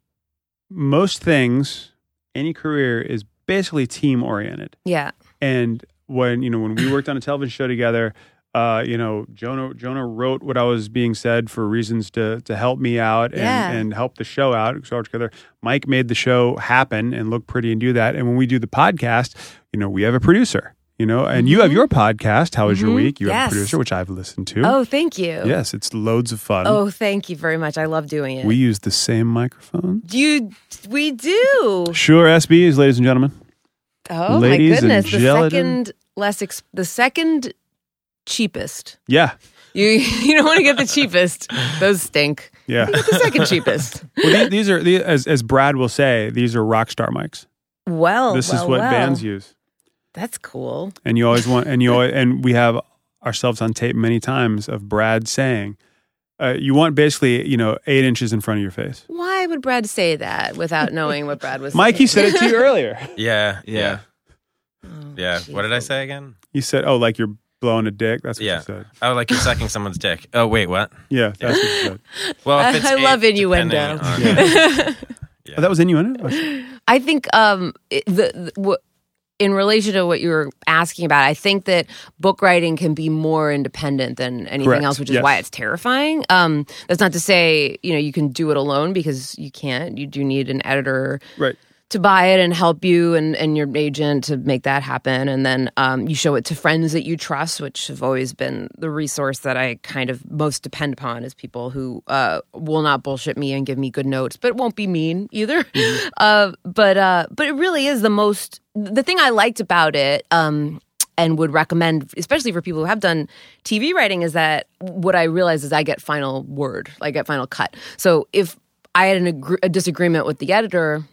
Speaker 1: most things any career is basically team oriented.
Speaker 5: yeah,
Speaker 1: And when you know when we worked on a television show together, uh, you know Jonah Jonah wrote what I was being said for reasons to to help me out and,
Speaker 5: Yeah.
Speaker 1: and help the show out. So we worked together, Mike made the show happen and look pretty and do that. And when we do the podcast, you know we have a producer. You know, and you have your podcast. How was your
Speaker 5: Mhm.
Speaker 1: week? You have
Speaker 5: Mm-hmm. Yes.
Speaker 1: a producer, which I've listened to.
Speaker 5: Oh, thank you.
Speaker 1: yes, it's loads of fun.
Speaker 5: Oh, thank you very much. I love doing it.
Speaker 1: we use the same microphone.
Speaker 5: you we do.
Speaker 1: Sure, SBs, ladies and gentlemen.
Speaker 5: Oh
Speaker 1: Ladies
Speaker 5: my
Speaker 1: and
Speaker 5: goodness. The
Speaker 1: gelatin.
Speaker 5: second less ex- the second cheapest.
Speaker 1: Yeah,
Speaker 5: You you don't want to get the cheapest. Those stink.
Speaker 1: yeah.
Speaker 5: Get the second cheapest.
Speaker 1: well, these, these are these, as as Brad will say, these are rock star mics.
Speaker 5: Well,
Speaker 1: this is
Speaker 5: Oh, well,
Speaker 1: what
Speaker 5: well.
Speaker 1: bands use,
Speaker 5: That's cool.
Speaker 1: and you always want, and you always, and we have ourselves on tape many times of Brad saying, uh, "You want basically, you know, eight inches in front of your face."
Speaker 5: Why would Brad say that without knowing what Brad was
Speaker 1: Mike, he
Speaker 5: saying?
Speaker 1: said it to you earlier.
Speaker 3: Yeah.
Speaker 4: Yeah.
Speaker 3: Yeah.
Speaker 5: Oh,
Speaker 3: Yeah. What did I
Speaker 5: Jesus.
Speaker 3: say again?
Speaker 1: He said, "Oh, like you're blowing a dick." That's what
Speaker 3: Yeah.
Speaker 1: he said.
Speaker 3: Oh, like you're sucking someone's dick. Oh, wait, what?
Speaker 1: Yeah, that's what he said.
Speaker 3: Well,
Speaker 5: I-
Speaker 3: if it's
Speaker 5: I love
Speaker 3: eight,
Speaker 5: innuendo.
Speaker 3: depending on-
Speaker 1: Oh, that was innuendo. Okay.
Speaker 5: I think um, it- the, the w- in relation to what you were asking about, I think that book writing can be more independent than anything
Speaker 1: Correct.
Speaker 5: else, which is
Speaker 1: Yes.
Speaker 5: why it's terrifying. Um, that's not to say you know you can do it alone because you can't. You do need an editor
Speaker 1: Right.
Speaker 5: to buy it and help you and, and your agent to make that happen. And then um, you show it to friends that you trust, which have always been the resource that I kind of most depend upon is people who uh, will not bullshit me and give me good notes, but won't be mean either. Uh, but uh, but it really is the most the thing I liked about it. Um, and would recommend, especially for people who have done TV writing, is that what I realize is I get final word, I get final cut. So if I had an agr a disagreement with the editor,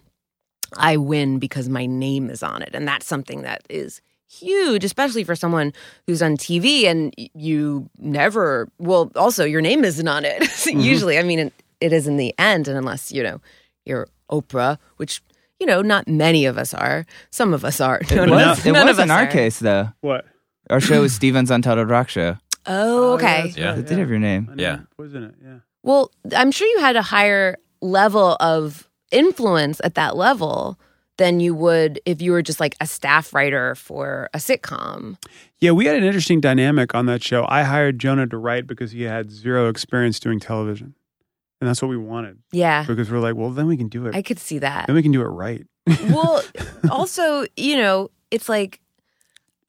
Speaker 5: I win because my name is on it. And that's something that is huge, especially for someone who's on TV and y- you never, well, also your name isn't on it.
Speaker 4: Mm-hmm.
Speaker 5: Usually, I mean, it, it is in the end. And unless, you know, you're Oprah, which, you know, not many of us are. Some of us are. None
Speaker 4: It
Speaker 5: of
Speaker 4: was,
Speaker 5: us-
Speaker 4: it
Speaker 5: none
Speaker 4: was
Speaker 5: of
Speaker 4: in
Speaker 5: us
Speaker 4: our
Speaker 5: are.
Speaker 4: case, though.
Speaker 1: What?
Speaker 4: Our show was Steven's Untitled Rock Show.
Speaker 5: Oh, okay.
Speaker 3: Yeah.
Speaker 4: It did have your name.
Speaker 1: I know.
Speaker 3: Yeah.
Speaker 1: Wasn't it? Yeah.
Speaker 5: Well, I'm sure you had a higher level of influence at that level than you would if you were just like a staff writer for a sitcom.
Speaker 1: Yeah, we had an interesting dynamic on that show. I hired Jonah to write because he had zero experience doing television. And that's what we wanted
Speaker 5: Yeah,
Speaker 1: because we're like, well, then we can do it.
Speaker 5: I could see that.
Speaker 1: then we can do it right.
Speaker 5: well, also, you know, it's like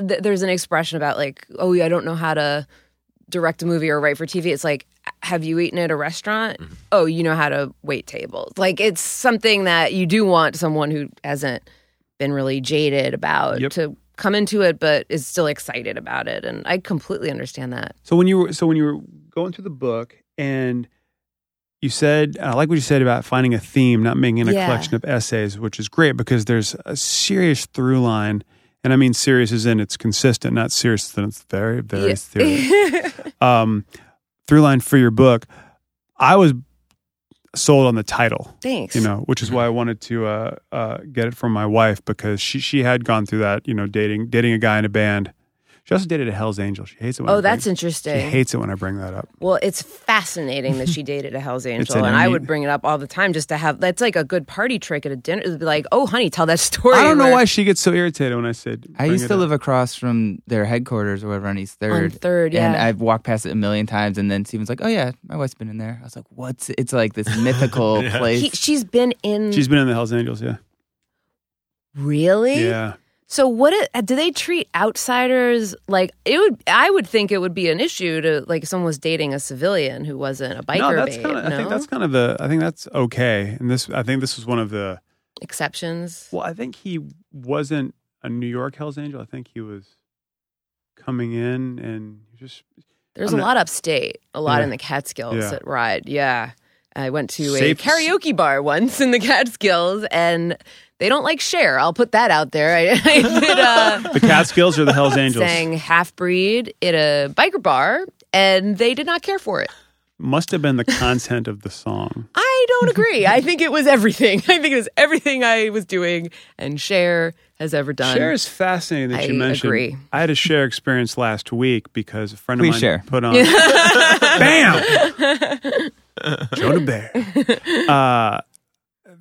Speaker 5: th- there's an expression about like, oh, I don't know how to direct a movie or write for TV. It's like, have you eaten at a restaurant?
Speaker 1: Mm-hmm.
Speaker 5: Oh, you know how to wait tables. Like, it's something that you do want someone who hasn't been really jaded about
Speaker 1: Yep.
Speaker 5: to come into it, but is still excited about it. And I completely understand that.
Speaker 1: So when you were so when you were going through the book and you said I like what you said about finding a theme, not making it a
Speaker 5: Yeah.
Speaker 1: collection of essays, which is great because there's a serious through line. And I mean serious as in it's consistent, not serious as in it's very, very serious. um, through line for your book, I was sold on the title,
Speaker 5: Thanks.
Speaker 1: you know, which is why I wanted to uh, uh, get it from my wife because she she had gone through that, you know, dating dating a guy in a band. She also dated a Hell's Angel. She hates it. When I
Speaker 5: oh,
Speaker 1: bring-
Speaker 5: that's
Speaker 1: She
Speaker 5: interesting.
Speaker 1: hates it when I bring that up.
Speaker 5: Well, it's fascinating that she dated a Hell's Angel,
Speaker 1: an
Speaker 5: and I
Speaker 1: amazing-
Speaker 5: would bring it up all the time just to have. That's like a good party trick at a dinner. It'd be like, "Oh, honey, tell that story."
Speaker 1: I don't know
Speaker 5: where-
Speaker 1: why she gets so irritated when I said.
Speaker 4: I
Speaker 1: bring
Speaker 4: used
Speaker 1: it
Speaker 4: to
Speaker 1: up.
Speaker 4: live across from their headquarters or whatever on East
Speaker 5: on
Speaker 4: Third.
Speaker 5: third.
Speaker 4: And
Speaker 5: Yeah,
Speaker 4: I've walked past it a million times, and then Steven's like, "Oh yeah, my wife's been in there." I was like, "What's?" It's like this mythical place.
Speaker 5: he, she's been in.
Speaker 1: She's been in the Hell's Angels, yeah,
Speaker 5: really.
Speaker 1: yeah.
Speaker 5: So what it, do they treat outsiders like? It would. I would think it would be an issue to like if someone was dating a civilian who wasn't a biker.
Speaker 1: no, that's
Speaker 5: babe,
Speaker 1: kind of. I
Speaker 5: no?
Speaker 1: think that's kind of the. I think that's okay. And this, I think this was one of the.
Speaker 5: exceptions.
Speaker 1: Well, I think he wasn't a New York Hell's Angel. I think he was coming in and just
Speaker 5: There's
Speaker 1: I'm
Speaker 5: a
Speaker 1: not-
Speaker 5: lot upstate, a lot
Speaker 1: Yeah.
Speaker 5: in the Catskills
Speaker 1: Yeah.
Speaker 5: that ride. Yeah. I went to
Speaker 1: Safe-
Speaker 5: a karaoke bar once in the Catskills and they don't like share. I'll put that out there. I, I did uh,
Speaker 1: the Catskills or the Hell's Angels
Speaker 5: sang Half Breed at a biker bar and they did not care for it.
Speaker 1: must have been the content of the song.
Speaker 5: I don't agree. I think it was everything. I think it was everything I was doing and Cher has ever done.
Speaker 1: Share is fascinating that
Speaker 5: I
Speaker 1: you mentioned.
Speaker 5: agree.
Speaker 1: I had a share experience last week because a friend of
Speaker 4: Please
Speaker 1: mine
Speaker 4: share.
Speaker 1: put on Bam Jonah Bear. Uh,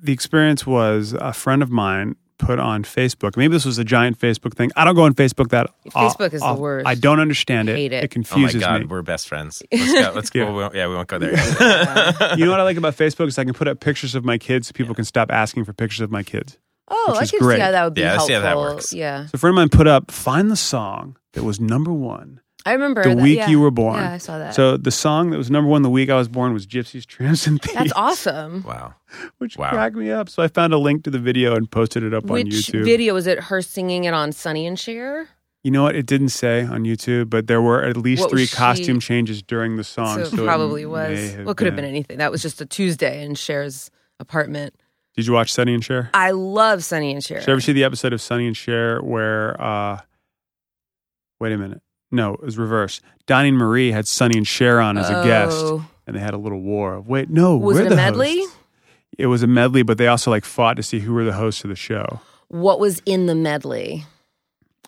Speaker 1: the experience was a friend of mine put on Facebook. Maybe this was a giant Facebook thing. I don't go on Facebook that o-
Speaker 5: Facebook is the
Speaker 1: o-
Speaker 5: worst.
Speaker 1: I don't understand it.
Speaker 5: Hate it.
Speaker 3: Oh my
Speaker 1: confuses
Speaker 3: God,
Speaker 1: me.
Speaker 3: we're best friends. Let's go. Let's go.
Speaker 1: Yeah.
Speaker 3: we won't- yeah, we won't go there.
Speaker 1: You know what I like about Facebook is I can put up pictures of my kids so people can stop asking for pictures of my kids.
Speaker 5: Oh,
Speaker 1: Which
Speaker 5: I
Speaker 1: is
Speaker 5: can
Speaker 1: great.
Speaker 5: see how that would be
Speaker 3: Yeah, I see
Speaker 5: helpful.
Speaker 3: how that works.
Speaker 5: Yeah,
Speaker 1: So a friend of mine put up find the song that was number one
Speaker 5: I remember
Speaker 1: the
Speaker 5: that.
Speaker 1: week
Speaker 5: yeah.
Speaker 1: you were born.
Speaker 5: Yeah, I saw that.
Speaker 1: So the song that was number one the week I was born was Gypsies, Tramps, and Thieves.
Speaker 5: that's awesome.
Speaker 3: Wow.
Speaker 1: Which
Speaker 3: Wow.
Speaker 1: cracked me up. So I found a link to the video and posted it up on
Speaker 5: Which
Speaker 1: YouTube.
Speaker 5: video was it? Her singing it on Sunny and Cher.
Speaker 1: You know what? It didn't say on YouTube, but there were at least
Speaker 5: What
Speaker 1: three
Speaker 5: was she-
Speaker 1: costume changes during the song.
Speaker 5: so
Speaker 1: So,
Speaker 5: it probably
Speaker 1: it
Speaker 5: was.
Speaker 1: may
Speaker 5: well, it could have been anything. That was just a Tuesday in Cher's apartment.
Speaker 1: Did you watch Sunny and Cher?
Speaker 5: I love Sunny and Cher.
Speaker 1: Did you ever see the episode of Sunny and Cher where? uh Wait a minute. No, it was reverse. Donnie and Marie had Sunny and Cher on as a guest,
Speaker 5: Oh.
Speaker 1: and they had a little war. Wait, no,
Speaker 5: Was
Speaker 1: we're
Speaker 5: it a
Speaker 1: the
Speaker 5: medley?
Speaker 1: hosts. It was a medley, but they also like fought to see who were the hosts of the show.
Speaker 5: What was in the medley?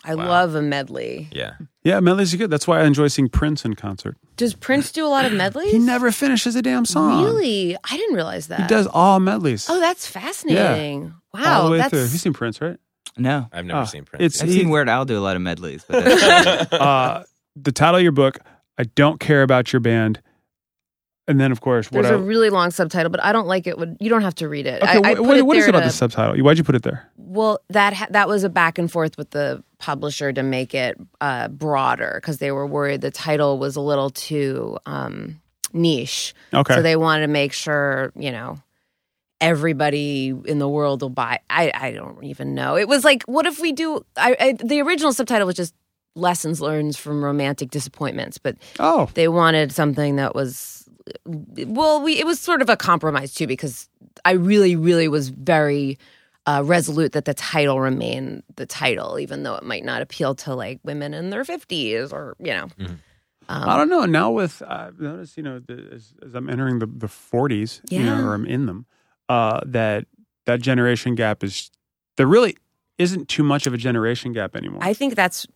Speaker 5: I
Speaker 3: Wow.
Speaker 5: love a medley.
Speaker 3: Yeah.
Speaker 1: Yeah, medleys are good. That's why I enjoy seeing Prince in concert.
Speaker 5: Does Prince do a lot of medleys?
Speaker 1: He never finishes a damn song.
Speaker 5: Really? I didn't realize that.
Speaker 1: He does all medleys.
Speaker 5: Oh, that's fascinating. Wow.
Speaker 1: all the way
Speaker 5: that's
Speaker 1: through. You've seen Prince, right?
Speaker 4: No.
Speaker 3: I've never
Speaker 1: Ah,
Speaker 3: seen Prince.
Speaker 1: it's-
Speaker 4: I've
Speaker 1: He-
Speaker 4: seen Weird Al do a lot of medleys, but that's
Speaker 1: uh, the title of your book, I Don't Care About Your Band. And then, of course, what
Speaker 5: there's
Speaker 1: I,
Speaker 5: a really long subtitle, but I don't like it. When, you don't have to read it.
Speaker 1: Okay,
Speaker 5: I, I
Speaker 1: wh-
Speaker 5: put
Speaker 1: what-
Speaker 5: it
Speaker 1: what
Speaker 5: there
Speaker 1: is it about
Speaker 5: to-
Speaker 1: the subtitle? Why'd you put it there?
Speaker 5: Well, that ha- that was a back and forth with the publisher to make it uh, broader because they were worried the title was a little too um, niche.
Speaker 1: Okay.
Speaker 5: So they wanted to make sure you know everybody in the world will buy. I I don't even know. It was like, what if we do? I, I the original subtitle was just lessons learned from romantic disappointments, but
Speaker 1: oh,
Speaker 5: they wanted something that was well we it was sort of a compromise too because i really really was very uh, resolute that the title remain the title even though it might not appeal to like women in their 50s or you know
Speaker 3: Mhm.
Speaker 5: um,
Speaker 1: I don't know. Now with, uh, notice, you know, the, as, as I'm entering the, the 40s, you know,
Speaker 5: Yeah.
Speaker 1: or I'm in them, uh, that that generation gap is, there really isn't too much of a generation gap anymore.
Speaker 5: I think that's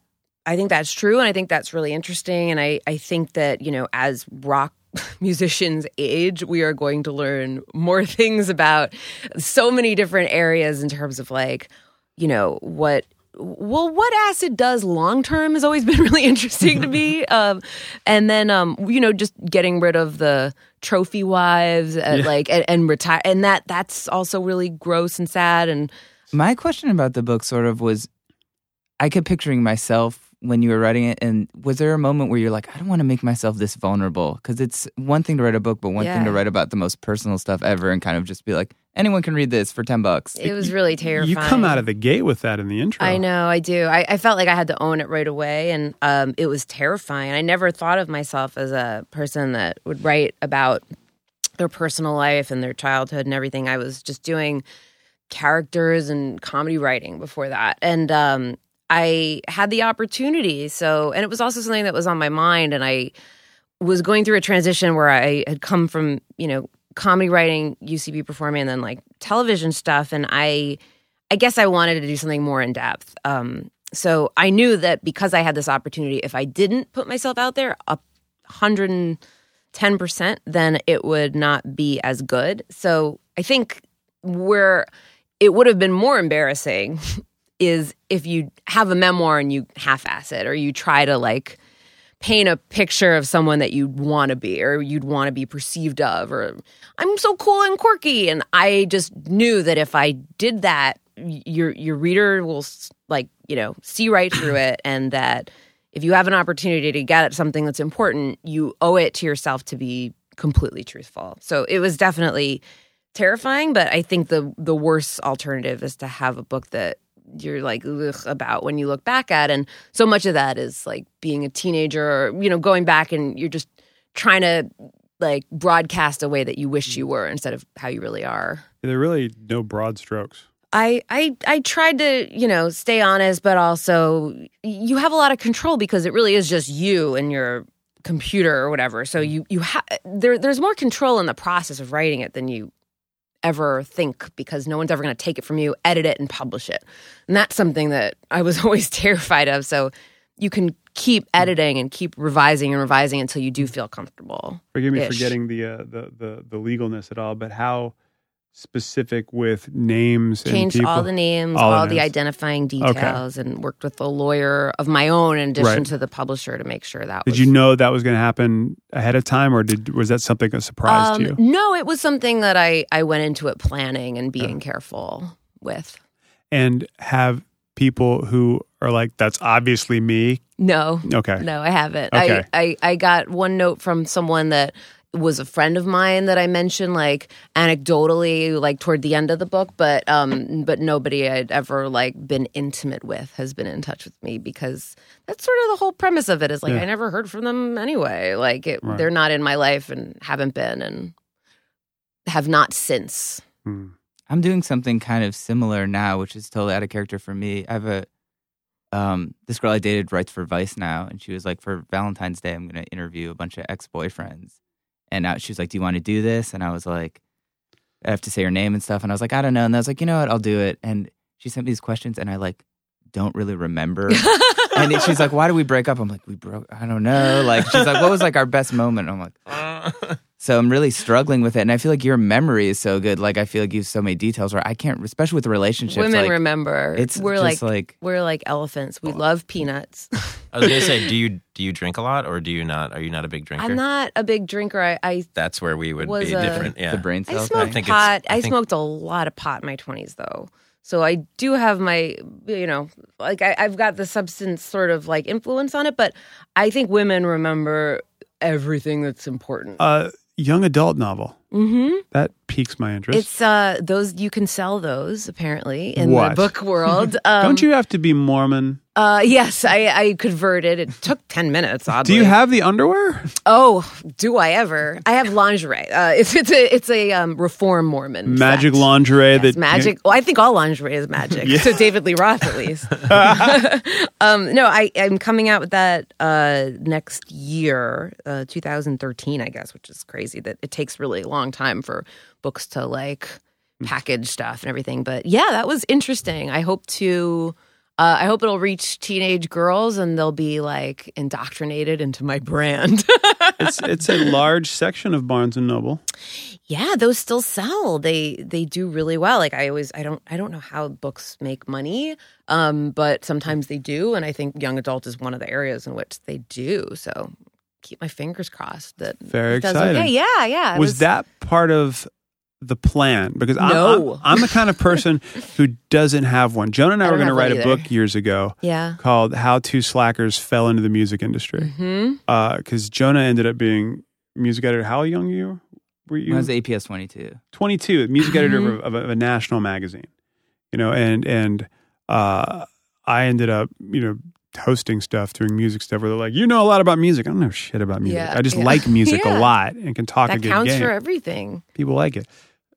Speaker 5: I think that's true and I think that's really interesting and I I think that, you know, as rock musicians age, we are going to learn more things about so many different areas in terms of like, you know, what well, what acid does long term has always been really interesting to me, um, and then um, you know just getting rid of the trophy wives, at, like and, and retire, and that that's also really gross and sad. And
Speaker 4: My question about the book sort of was I kept picturing myself when you were writing it and was there a moment where you're like I don't want to make myself this vulnerable cuz it's one thing to write a book but one thing to
Speaker 5: Yeah.
Speaker 4: write about the most personal stuff ever and kind of just be like anyone can read this for 10 bucks.
Speaker 5: it was really terrifying.
Speaker 1: You come out of the gate with that in the intro.
Speaker 5: I know, I do. I, I felt like I had to own it right away, and um, it was terrifying. I never thought of myself as a person that would write about their personal life and their childhood and everything. I was just doing characters and comedy writing before that, and um, I had the opportunity. So, and it was also something that was on my mind, and I was going through a transition where I had come from, you know, comedy writing, UCB performing, and then like television stuff, and I. I guess I wanted to do something more in depth. Um, so I knew that because I had this opportunity, if I didn't put myself out there a hundred and ten percent, then it would not be as good. So I think where it would have been more embarrassing is if you have a memoir and you half-ass it, or you try to like paint a picture of someone that you'd want to be or you'd want to be perceived of or I'm so cool and quirky and I just knew that if I did that y- your your reader will s- like you know see right through it and that if you have an opportunity to get at something that's important you owe it to yourself to be completely truthful. So it was definitely terrifying but I think the the worst alternative is to have a book that you're like ugh, about when you look back at and so much of that is like being a teenager or you know going back and you're just trying to like broadcast a way that you wish you were instead of how you really are
Speaker 1: There are really no broad strokes.
Speaker 5: I, I I tried to you know stay honest but also you have a lot of control because it really is just you and your computer or whatever so you you ha- there there's more control in the process of writing it than you ever think because no one's ever going to take it from you edit it and publish it and that's something that I was always terrified of so you can keep editing and keep revising and revising until you do feel comfortable
Speaker 1: Forgive me for
Speaker 5: Ish.
Speaker 1: getting the, uh, the the the legalness at all, but how specific with names
Speaker 5: changed
Speaker 1: and people?
Speaker 5: all the names,
Speaker 1: All
Speaker 5: all,
Speaker 1: the
Speaker 5: the
Speaker 1: names.
Speaker 5: identifying details, and worked with a lawyer of my own in addition
Speaker 1: Right.
Speaker 5: to the publisher to make sure that
Speaker 1: did
Speaker 5: was.
Speaker 1: you know that was going to happen ahead of time, or did was that something a surprise
Speaker 5: Um,
Speaker 1: to you?
Speaker 5: No, it was something that I I went into it planning and being careful with.
Speaker 1: and have people who are like, that's obviously me?
Speaker 5: No,
Speaker 1: Okay.
Speaker 5: no, I haven't.
Speaker 1: Okay.
Speaker 5: I, I I got one note from someone that was a friend of mine that I mentioned like anecdotally like toward the end of the book but um but nobody I'd ever like been intimate with has been in touch with me because that's sort of the whole premise of it is like
Speaker 1: Yeah.
Speaker 5: I never heard from them anyway like it,
Speaker 1: Right.
Speaker 5: they're not in my life and haven't been and have not since
Speaker 1: Hmm.
Speaker 4: I'm doing something kind of similar now, which is totally out of character for me. I have a um, this girl I dated writes for Vice now, and she was like, for Valentine's Day, I'm going to interview a bunch of ex boyfriends, and now she was like, "Do you want to do this?" And I was like, "I have to say her name and stuff," and I was like, "I don't know," and I was like, "You know what? I'll do it." And she sent me these questions, and I like don't really remember. and she's like, "Why did we break up?" I'm like, "We broke. I don't know." Like she's like, "What was like our best moment?" I'm like. So I'm really struggling with it, and I feel like your memory is so good. Like I feel like you have so many details where I can't, especially with relationships.
Speaker 5: women
Speaker 4: like,
Speaker 5: remember
Speaker 4: It's
Speaker 5: we're
Speaker 4: just
Speaker 5: like,
Speaker 4: like,
Speaker 5: we're like elephants we love peanuts
Speaker 3: I was gonna say, do you do you drink a lot or do you not? Are you not a big drinker?
Speaker 5: I'm not a big drinker I, I
Speaker 3: That's where we would
Speaker 5: Was
Speaker 3: be
Speaker 5: a-
Speaker 3: different. Yeah.
Speaker 4: the brain
Speaker 5: I
Speaker 4: cell
Speaker 5: smoked
Speaker 4: thing.
Speaker 3: think it's-
Speaker 5: pot.
Speaker 3: I
Speaker 5: I,
Speaker 3: think-
Speaker 5: smoked a lot of pot in my twenties, though. So I do have my, you know, like I, I've got the substance sort of like influence on it, but I think women remember everything that's important.
Speaker 1: Uh, young adult novel.
Speaker 5: hmm
Speaker 1: That piques my interest.
Speaker 5: It's uh those you can sell those apparently in
Speaker 1: What?
Speaker 5: the book world. Um,
Speaker 1: Don't you have to be Mormon?
Speaker 5: Uh, yes, I, I converted. It took ten minutes. Oddly.
Speaker 1: Do you have the underwear?
Speaker 5: Oh, do I ever? I have lingerie. Uh, it's it's a it's a um, reform Mormon in
Speaker 1: Magic
Speaker 5: fact.
Speaker 1: lingerie
Speaker 5: Yes,
Speaker 1: that
Speaker 5: magic. Well, I think all lingerie is magic. To David Lee Roth, at least. um, no, I, I'm coming out with that uh, next year, uh, 2013, I guess, which is crazy that it takes really a long time for books to like package stuff and everything. But yeah, that was interesting. I hope to. Uh, I hope it'll reach teenage girls and they'll be like indoctrinated into my brand.
Speaker 1: it's it's a large section of Barnes and Noble.
Speaker 5: Yeah, those still sell. They they do really well. Like I always I don't I don't know how books make money, um, but sometimes they do, and I think young adult is one of the areas in which they do. So keep my fingers crossed that
Speaker 1: Very
Speaker 5: it does
Speaker 1: exciting.
Speaker 5: okay. Yeah, yeah. it
Speaker 1: was, that part of the plan? Because I'm,
Speaker 5: No.
Speaker 1: I'm, I'm the kind of person who doesn't have one. Joan and I,
Speaker 5: I
Speaker 1: were
Speaker 5: don't
Speaker 1: going to
Speaker 5: have one
Speaker 1: write a
Speaker 5: either.
Speaker 1: book years ago
Speaker 5: Yeah.
Speaker 1: called "How Two Slackers Fell into the Music Industry."
Speaker 5: Hmm.
Speaker 1: Because Jonah ended up being music editor. How young you were? You
Speaker 4: When I was APS 22.
Speaker 1: 22, music editor
Speaker 5: Mhm.
Speaker 1: of, of, a, of a national magazine, you know, and and uh, I ended up, you know, hosting stuff, doing music stuff where they're like, you know a lot about music. I don't know shit about music.
Speaker 5: Yeah,
Speaker 1: I just
Speaker 5: yeah.
Speaker 1: like music a
Speaker 5: Yeah.
Speaker 1: lot and can talk a
Speaker 5: That
Speaker 1: good
Speaker 5: counts
Speaker 1: game.
Speaker 5: for everything.
Speaker 1: People like it.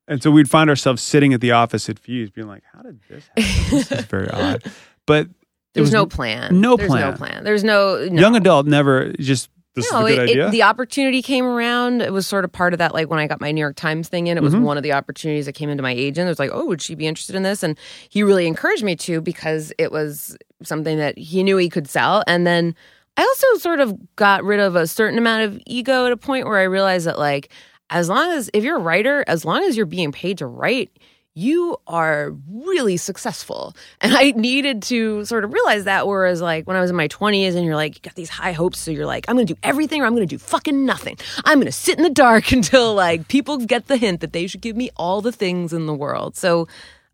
Speaker 1: And so we'd find ourselves sitting at the office at Fuse being like, how did this happen? this is very odd. But it
Speaker 5: There's
Speaker 1: was
Speaker 5: no plan.
Speaker 1: no
Speaker 5: There's
Speaker 1: plan.
Speaker 5: no plan. There's no, no.
Speaker 1: young adult never just, this
Speaker 5: no,
Speaker 1: is a good
Speaker 5: it- it-
Speaker 1: idea.
Speaker 5: the opportunity came around. It was sort of part of that, like when I got my New York Times thing in, it was
Speaker 1: Mhm.
Speaker 5: one of the opportunities that came into my agent. It was like, oh, would she be interested in this? And he really encouraged me to because it was something that he knew he could sell. And then I also sort of got rid of a certain amount of ego at a point where I realized that, like, as long as if you're a writer, as long as you're being paid to write, you are really successful. And I needed to sort of realize that. Whereas, like, when I was in my 20s and you're like, you got these high hopes. So you're like, I'm going to do everything or I'm going to do fucking nothing. I'm going to sit in the dark until, like, people get the hint that they should give me all the things in the world. So,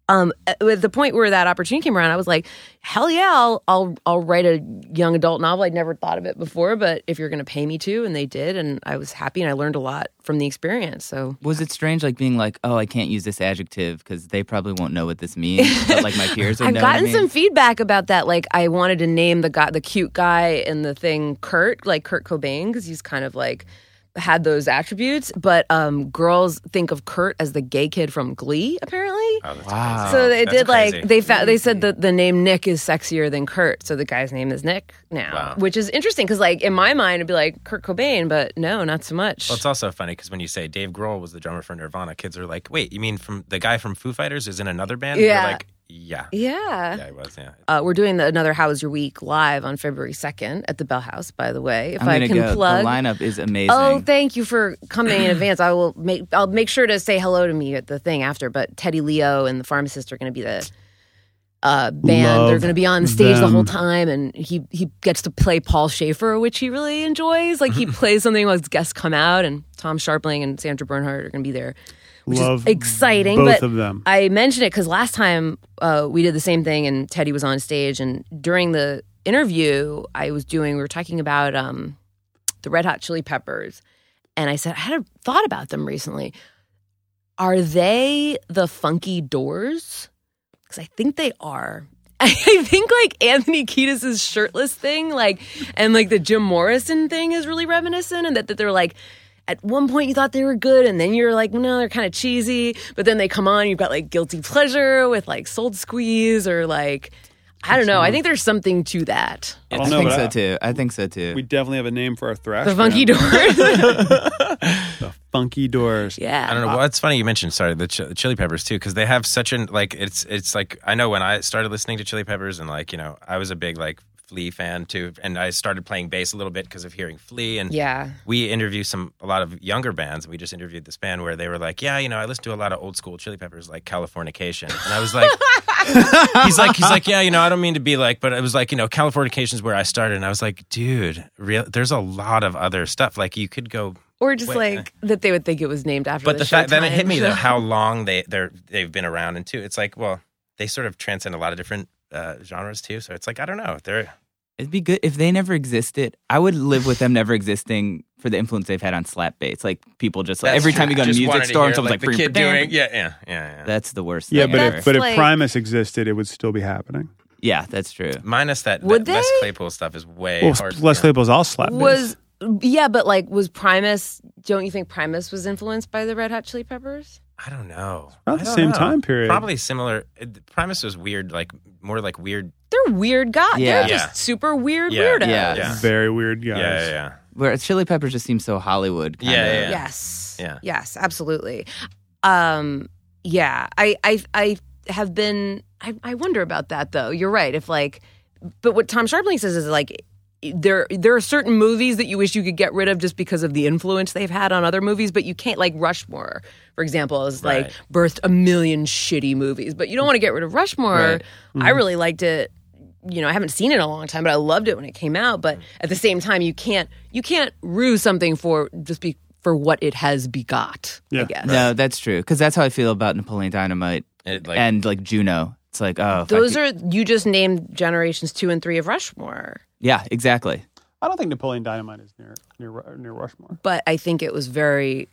Speaker 5: um, at the point where that opportunity came around, I was like, hell yeah, I'll, I'll, I'll write a young adult novel. I'd never thought of it before, but if you're going to pay me to, and they did, and I was happy and I learned a lot from the experience. So,
Speaker 4: Was it strange, like being like, oh, I can't use this adjective because they probably won't know what this means, but like my peers would
Speaker 5: I've
Speaker 4: know what
Speaker 5: gotten
Speaker 4: it
Speaker 5: some
Speaker 4: means?
Speaker 5: feedback about that. Like, I wanted to name the guy, the cute guy in the thing, Kurt, like Kurt Cobain, because he's kind of like had those attributes. But um, girls think of Kurt as the gay kid from Glee, apparently.
Speaker 3: Oh, that's
Speaker 4: Wow.
Speaker 3: crazy.
Speaker 5: so they
Speaker 3: That's
Speaker 5: did
Speaker 3: crazy.
Speaker 5: like they found they said that the name Nick is sexier than Kurt, so the guy's name is Nick now,
Speaker 3: Wow.
Speaker 5: which is interesting because like in my mind it'd be like Kurt Cobain, but no, not so much.
Speaker 3: Well, it's also funny because when you say Dave Grohl was the drummer for Nirvana, kids are like, "Wait, you mean from the guy from Foo Fighters is in another band?" And
Speaker 5: Yeah.
Speaker 3: You're like, yeah,
Speaker 5: yeah.
Speaker 3: yeah, he was. Yeah.
Speaker 5: Uh, we're doing the, another How Was Your Week live on February 2nd at the Bell House, by the way. If
Speaker 4: I'm
Speaker 5: I
Speaker 4: gonna
Speaker 5: can
Speaker 4: go.
Speaker 5: plug.
Speaker 4: The lineup is amazing.
Speaker 5: Oh, thank you for coming in advance. I will make I'll make sure to say hello to me at the thing after. But Teddy Leo and the pharmacist are going to be the uh, band. They're
Speaker 1: Love
Speaker 5: going to be on stage the whole
Speaker 1: them.
Speaker 5: time, and he he gets to play Paul Schaefer, which he really enjoys. Like he plays something while his guests come out, and Tom Sharpling and Sandra Bernhardt are going to be there, which
Speaker 1: Love
Speaker 5: is exciting.
Speaker 1: both
Speaker 5: but
Speaker 1: of them.
Speaker 5: I mentioned it because last time uh, we did the same thing, and Teddy was on stage, and during the interview I was doing, we were talking about um, the Red Hot Chili Peppers, and I said I had a thought about them recently. Are they the funky doors? Because I think they are. I think like Anthony Kiedis's shirtless thing, like, and like the Jim Morrison thing is really reminiscent, and that, that they're like, at one point you thought they were good, and then you're like, no, they're kind of cheesy, but then they come on, you've got like guilty pleasure with like Sold Squeeze or like, I don't know. I think there's something to that.
Speaker 1: I
Speaker 4: I
Speaker 1: don't know,
Speaker 4: think
Speaker 1: but
Speaker 4: so
Speaker 1: I-
Speaker 4: too. I think so too.
Speaker 1: We definitely have a name for our thrash.
Speaker 5: The funky
Speaker 1: band.
Speaker 5: doors.
Speaker 1: The funky doors.
Speaker 5: yeah.
Speaker 3: I don't know. Well, it's funny you mentioned sorry the, ch- the Chili Peppers too because they have such an like it's it's like I know when I started listening to Chili Peppers and like you know I was a big like Flea fan too and I started playing bass a little bit because of hearing Flea and
Speaker 5: Yeah.
Speaker 3: we interview some a lot of younger bands. We just interviewed this band where they were like, "Yeah, you know, I listen to a lot of old school Chili Peppers, like Californication," and I was like, "He's like, he's like, yeah, you know, I don't mean to be like, but it was like, you know, Californication's where I started," and I was like, "Dude, real, there's a lot of other stuff. Like, you could go."
Speaker 5: Or just
Speaker 3: Wait,
Speaker 5: like that they would think it was named after
Speaker 3: But the,
Speaker 5: the
Speaker 3: fact then it
Speaker 5: Showtime
Speaker 3: hit me though
Speaker 5: show.
Speaker 3: how long they they're they've been around and too. It's like, well, they sort of transcend a lot of different uh, genres too. So it's like, I don't know, they're
Speaker 4: It'd be good if they never existed. I would live with them never existing for the influence they've had on slap bass. Like people just like,
Speaker 3: That's
Speaker 4: every
Speaker 3: true.
Speaker 4: time you go to a
Speaker 3: Just
Speaker 4: music
Speaker 3: wanted to
Speaker 4: store and
Speaker 3: hear,
Speaker 4: someone's like,
Speaker 3: like, the kid
Speaker 4: "Bring-
Speaker 3: doing, yeah, yeah, yeah, yeah.
Speaker 4: That's the worst.
Speaker 1: Yeah,
Speaker 4: thing
Speaker 1: but
Speaker 4: ever.
Speaker 1: if,
Speaker 5: That's
Speaker 1: but
Speaker 5: like-
Speaker 1: if Primus existed, it would still be happening.
Speaker 4: yeah, that's true.
Speaker 3: Minus that,
Speaker 5: Would
Speaker 3: that Les
Speaker 5: they?
Speaker 3: Claypool stuff is way
Speaker 1: Well,
Speaker 3: hard.
Speaker 1: Les Claypool's all slap.
Speaker 5: was yeah, but like was Primus? Don't you think Primus was influenced by the Red Hot Chili Peppers?
Speaker 3: I don't know.
Speaker 1: Around the
Speaker 3: I don't
Speaker 1: same time period.
Speaker 3: Probably similar. it- Primus was weird, like more like weird.
Speaker 5: They're weird guys.
Speaker 4: Yeah.
Speaker 5: They're just
Speaker 3: Yeah.
Speaker 5: super weird
Speaker 3: Yeah.
Speaker 5: weirdos.
Speaker 4: Yeah.
Speaker 3: Yeah.
Speaker 1: very weird guys.
Speaker 3: Yeah, yeah, yeah.
Speaker 4: Where Chili Peppers just seems so Hollywood. Kind
Speaker 3: Yeah,
Speaker 4: of.
Speaker 3: yeah, yeah.
Speaker 5: Yes.
Speaker 3: Yeah.
Speaker 5: Yes, absolutely. Um yeah, I I I have been I, I wonder about that though. You're right. If like but what Tom Sharpling says is like there there are certain movies that you wish you could get rid of just because of the influence they've had on other movies, but you can't like Rushmore, for example, is like
Speaker 3: Right.
Speaker 5: birthed a million shitty movies, but you don't want to get rid of Rushmore.
Speaker 4: Right.
Speaker 5: I really liked it. You know, I haven't seen it in a long time, but I loved it when it came out. But at the same time, you can't you can't rue something for just be for what it has begot. I
Speaker 1: Yeah.
Speaker 5: guess
Speaker 4: No, that's true. Because that's how I feel about Napoleon Dynamite
Speaker 3: It, like,
Speaker 4: and like Juno. It's like oh, if I
Speaker 5: those
Speaker 4: could-
Speaker 5: are you just named generations two and three of Rushmore,
Speaker 4: yeah, exactly.
Speaker 1: I don't think Napoleon Dynamite is near near near Rushmore.
Speaker 5: but I think it was very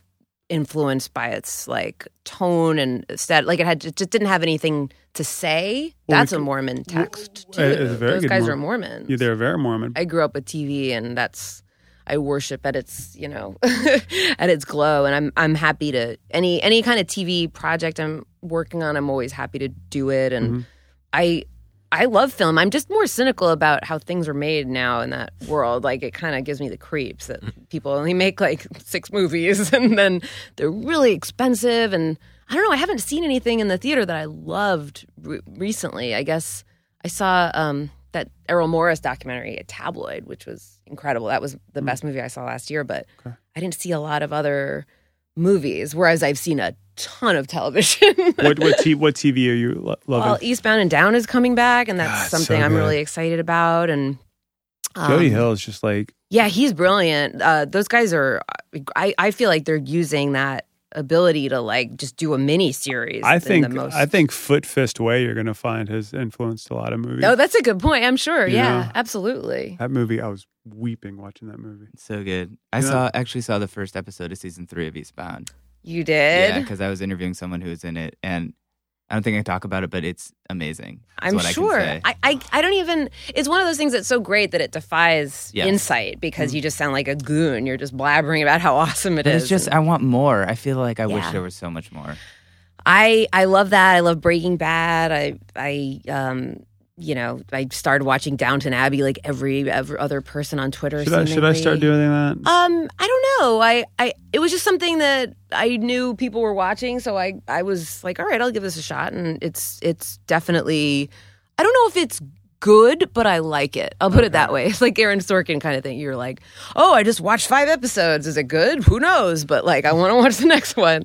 Speaker 5: influenced by its like tone and stat. Like it had it just didn't have anything to say.
Speaker 1: Well, we
Speaker 5: That's a
Speaker 1: could-
Speaker 5: Mormon text
Speaker 1: it's
Speaker 5: too.
Speaker 1: a very
Speaker 5: those
Speaker 1: good
Speaker 5: guys
Speaker 1: Mormon.
Speaker 5: are Mormons.
Speaker 1: Yeah, they're very Mormon.
Speaker 5: I grew up with TV, and that's I worship at its you know at its glow, and I'm I'm happy to any any kind of TV project I'm working on. I'm always happy to do it, and I I love film. I'm just more cynical about how things are made now in that world. Like it kind of gives me the creeps that people only make like six movies, and then they're really expensive and. I don't know. I haven't seen anything in the theater that I loved re- recently. I guess I saw um, that Errol Morris documentary, A Tabloid, which was incredible. That was the best movie I saw last year, but I didn't see a lot of other movies, whereas I've seen a ton of television.
Speaker 1: what what, t- what TV are you lo- loving?
Speaker 5: well, Eastbound and Down is coming back, and that's
Speaker 1: God, it's so
Speaker 5: something I'm
Speaker 1: good.
Speaker 5: really excited about. And um,
Speaker 1: Jody Hill is just like
Speaker 5: yeah, he's brilliant. Uh, those guys are. I I feel like they're using that ability to like just do a mini series.
Speaker 1: I
Speaker 5: in
Speaker 1: think
Speaker 5: the most
Speaker 1: I think foot fist way you're gonna find has influenced a lot of movies.
Speaker 5: Oh, that's a good point. I'm sure.
Speaker 1: You
Speaker 5: yeah,
Speaker 1: know.
Speaker 5: absolutely.
Speaker 1: that movie I was weeping watching that movie.
Speaker 4: It's so good. I
Speaker 1: Yeah.
Speaker 4: saw actually saw the first episode of season three of Eastbound.
Speaker 5: You
Speaker 4: Yeah,
Speaker 5: did.
Speaker 4: because I was interviewing someone who was in it, and I don't think I can talk about it, but it's amazing. is
Speaker 5: I'm
Speaker 4: what I can
Speaker 5: sure.
Speaker 4: say.
Speaker 5: I, I, I don't even. It's one of those things that's so great that it defies
Speaker 4: Yes. Mm.
Speaker 5: insight because you just sound like a goon. You're just blabbering about how awesome it
Speaker 4: But
Speaker 5: is.
Speaker 4: it's just I want more. I feel like I wish
Speaker 5: Yeah.
Speaker 4: there was so much more.
Speaker 5: I I love that. I love Breaking Bad. I I um you know I started watching Downton Abbey like every, every other person on Twitter.
Speaker 1: Should I should I start
Speaker 5: seemingly.
Speaker 1: doing that?
Speaker 5: Um, I don't know. I, I it was just something that I knew people were watching, so I I was like, all right, I'll give this a shot, and it's it's definitely. I don't know if it's good, but I like it. I'll put it that way. It's like Aaron Sorkin kind of thing. You're like, oh, I just watched five episodes. Is it good? Who knows? But like, I want to watch the next one.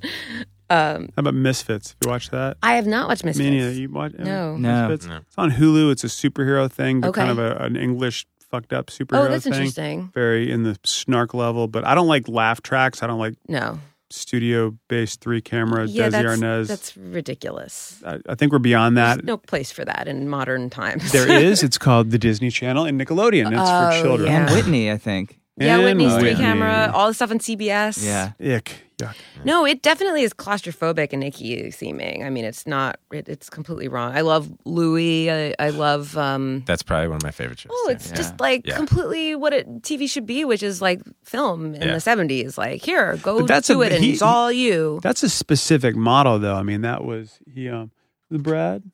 Speaker 5: Um,
Speaker 1: How about Misfits? Have you watched that?
Speaker 5: I have not watched Misfits.
Speaker 1: Me neither. You watch?
Speaker 5: No.
Speaker 4: No.
Speaker 1: Misfits?
Speaker 3: No.
Speaker 1: It's on Hulu. It's a superhero thing, but
Speaker 5: Okay.
Speaker 1: kind of a, an English fucked up superhero
Speaker 5: oh, that's
Speaker 1: thing.
Speaker 5: interesting.
Speaker 1: Very in the snark level, but I don't like laugh tracks. I don't like
Speaker 5: No,
Speaker 1: studio based three camera
Speaker 5: yeah,
Speaker 1: Desi
Speaker 5: that's
Speaker 1: Arnaz.
Speaker 5: that's ridiculous.
Speaker 1: I, I think we're beyond that.
Speaker 5: There's no place for that in modern times.
Speaker 1: there is. It's called the Disney Channel and Nickelodeon. It's for
Speaker 5: Oh,
Speaker 1: children.
Speaker 5: yeah.
Speaker 4: And Whitney, I think.
Speaker 5: yeah,
Speaker 1: And
Speaker 5: Whitney's three
Speaker 1: Whitney.
Speaker 5: camera, all the stuff on CBS.
Speaker 4: Yeah.
Speaker 1: Ick. Yuck.
Speaker 5: No, it definitely is claustrophobic and icky seeming. I mean, it's not. It, it's completely wrong. I love Louis. I, I love. um
Speaker 3: That's probably one of my favorite shows.
Speaker 5: Oh,
Speaker 3: too.
Speaker 5: it's just like
Speaker 3: Yeah.
Speaker 5: completely what it, TV should be, which is like film in
Speaker 3: Yeah.
Speaker 5: the seventies. Like, here, go
Speaker 1: But that's
Speaker 5: do
Speaker 1: a-
Speaker 5: it, and
Speaker 1: he-
Speaker 5: it's all you.
Speaker 1: That's a specific model, though. I mean, that was he. Um, was it Brad,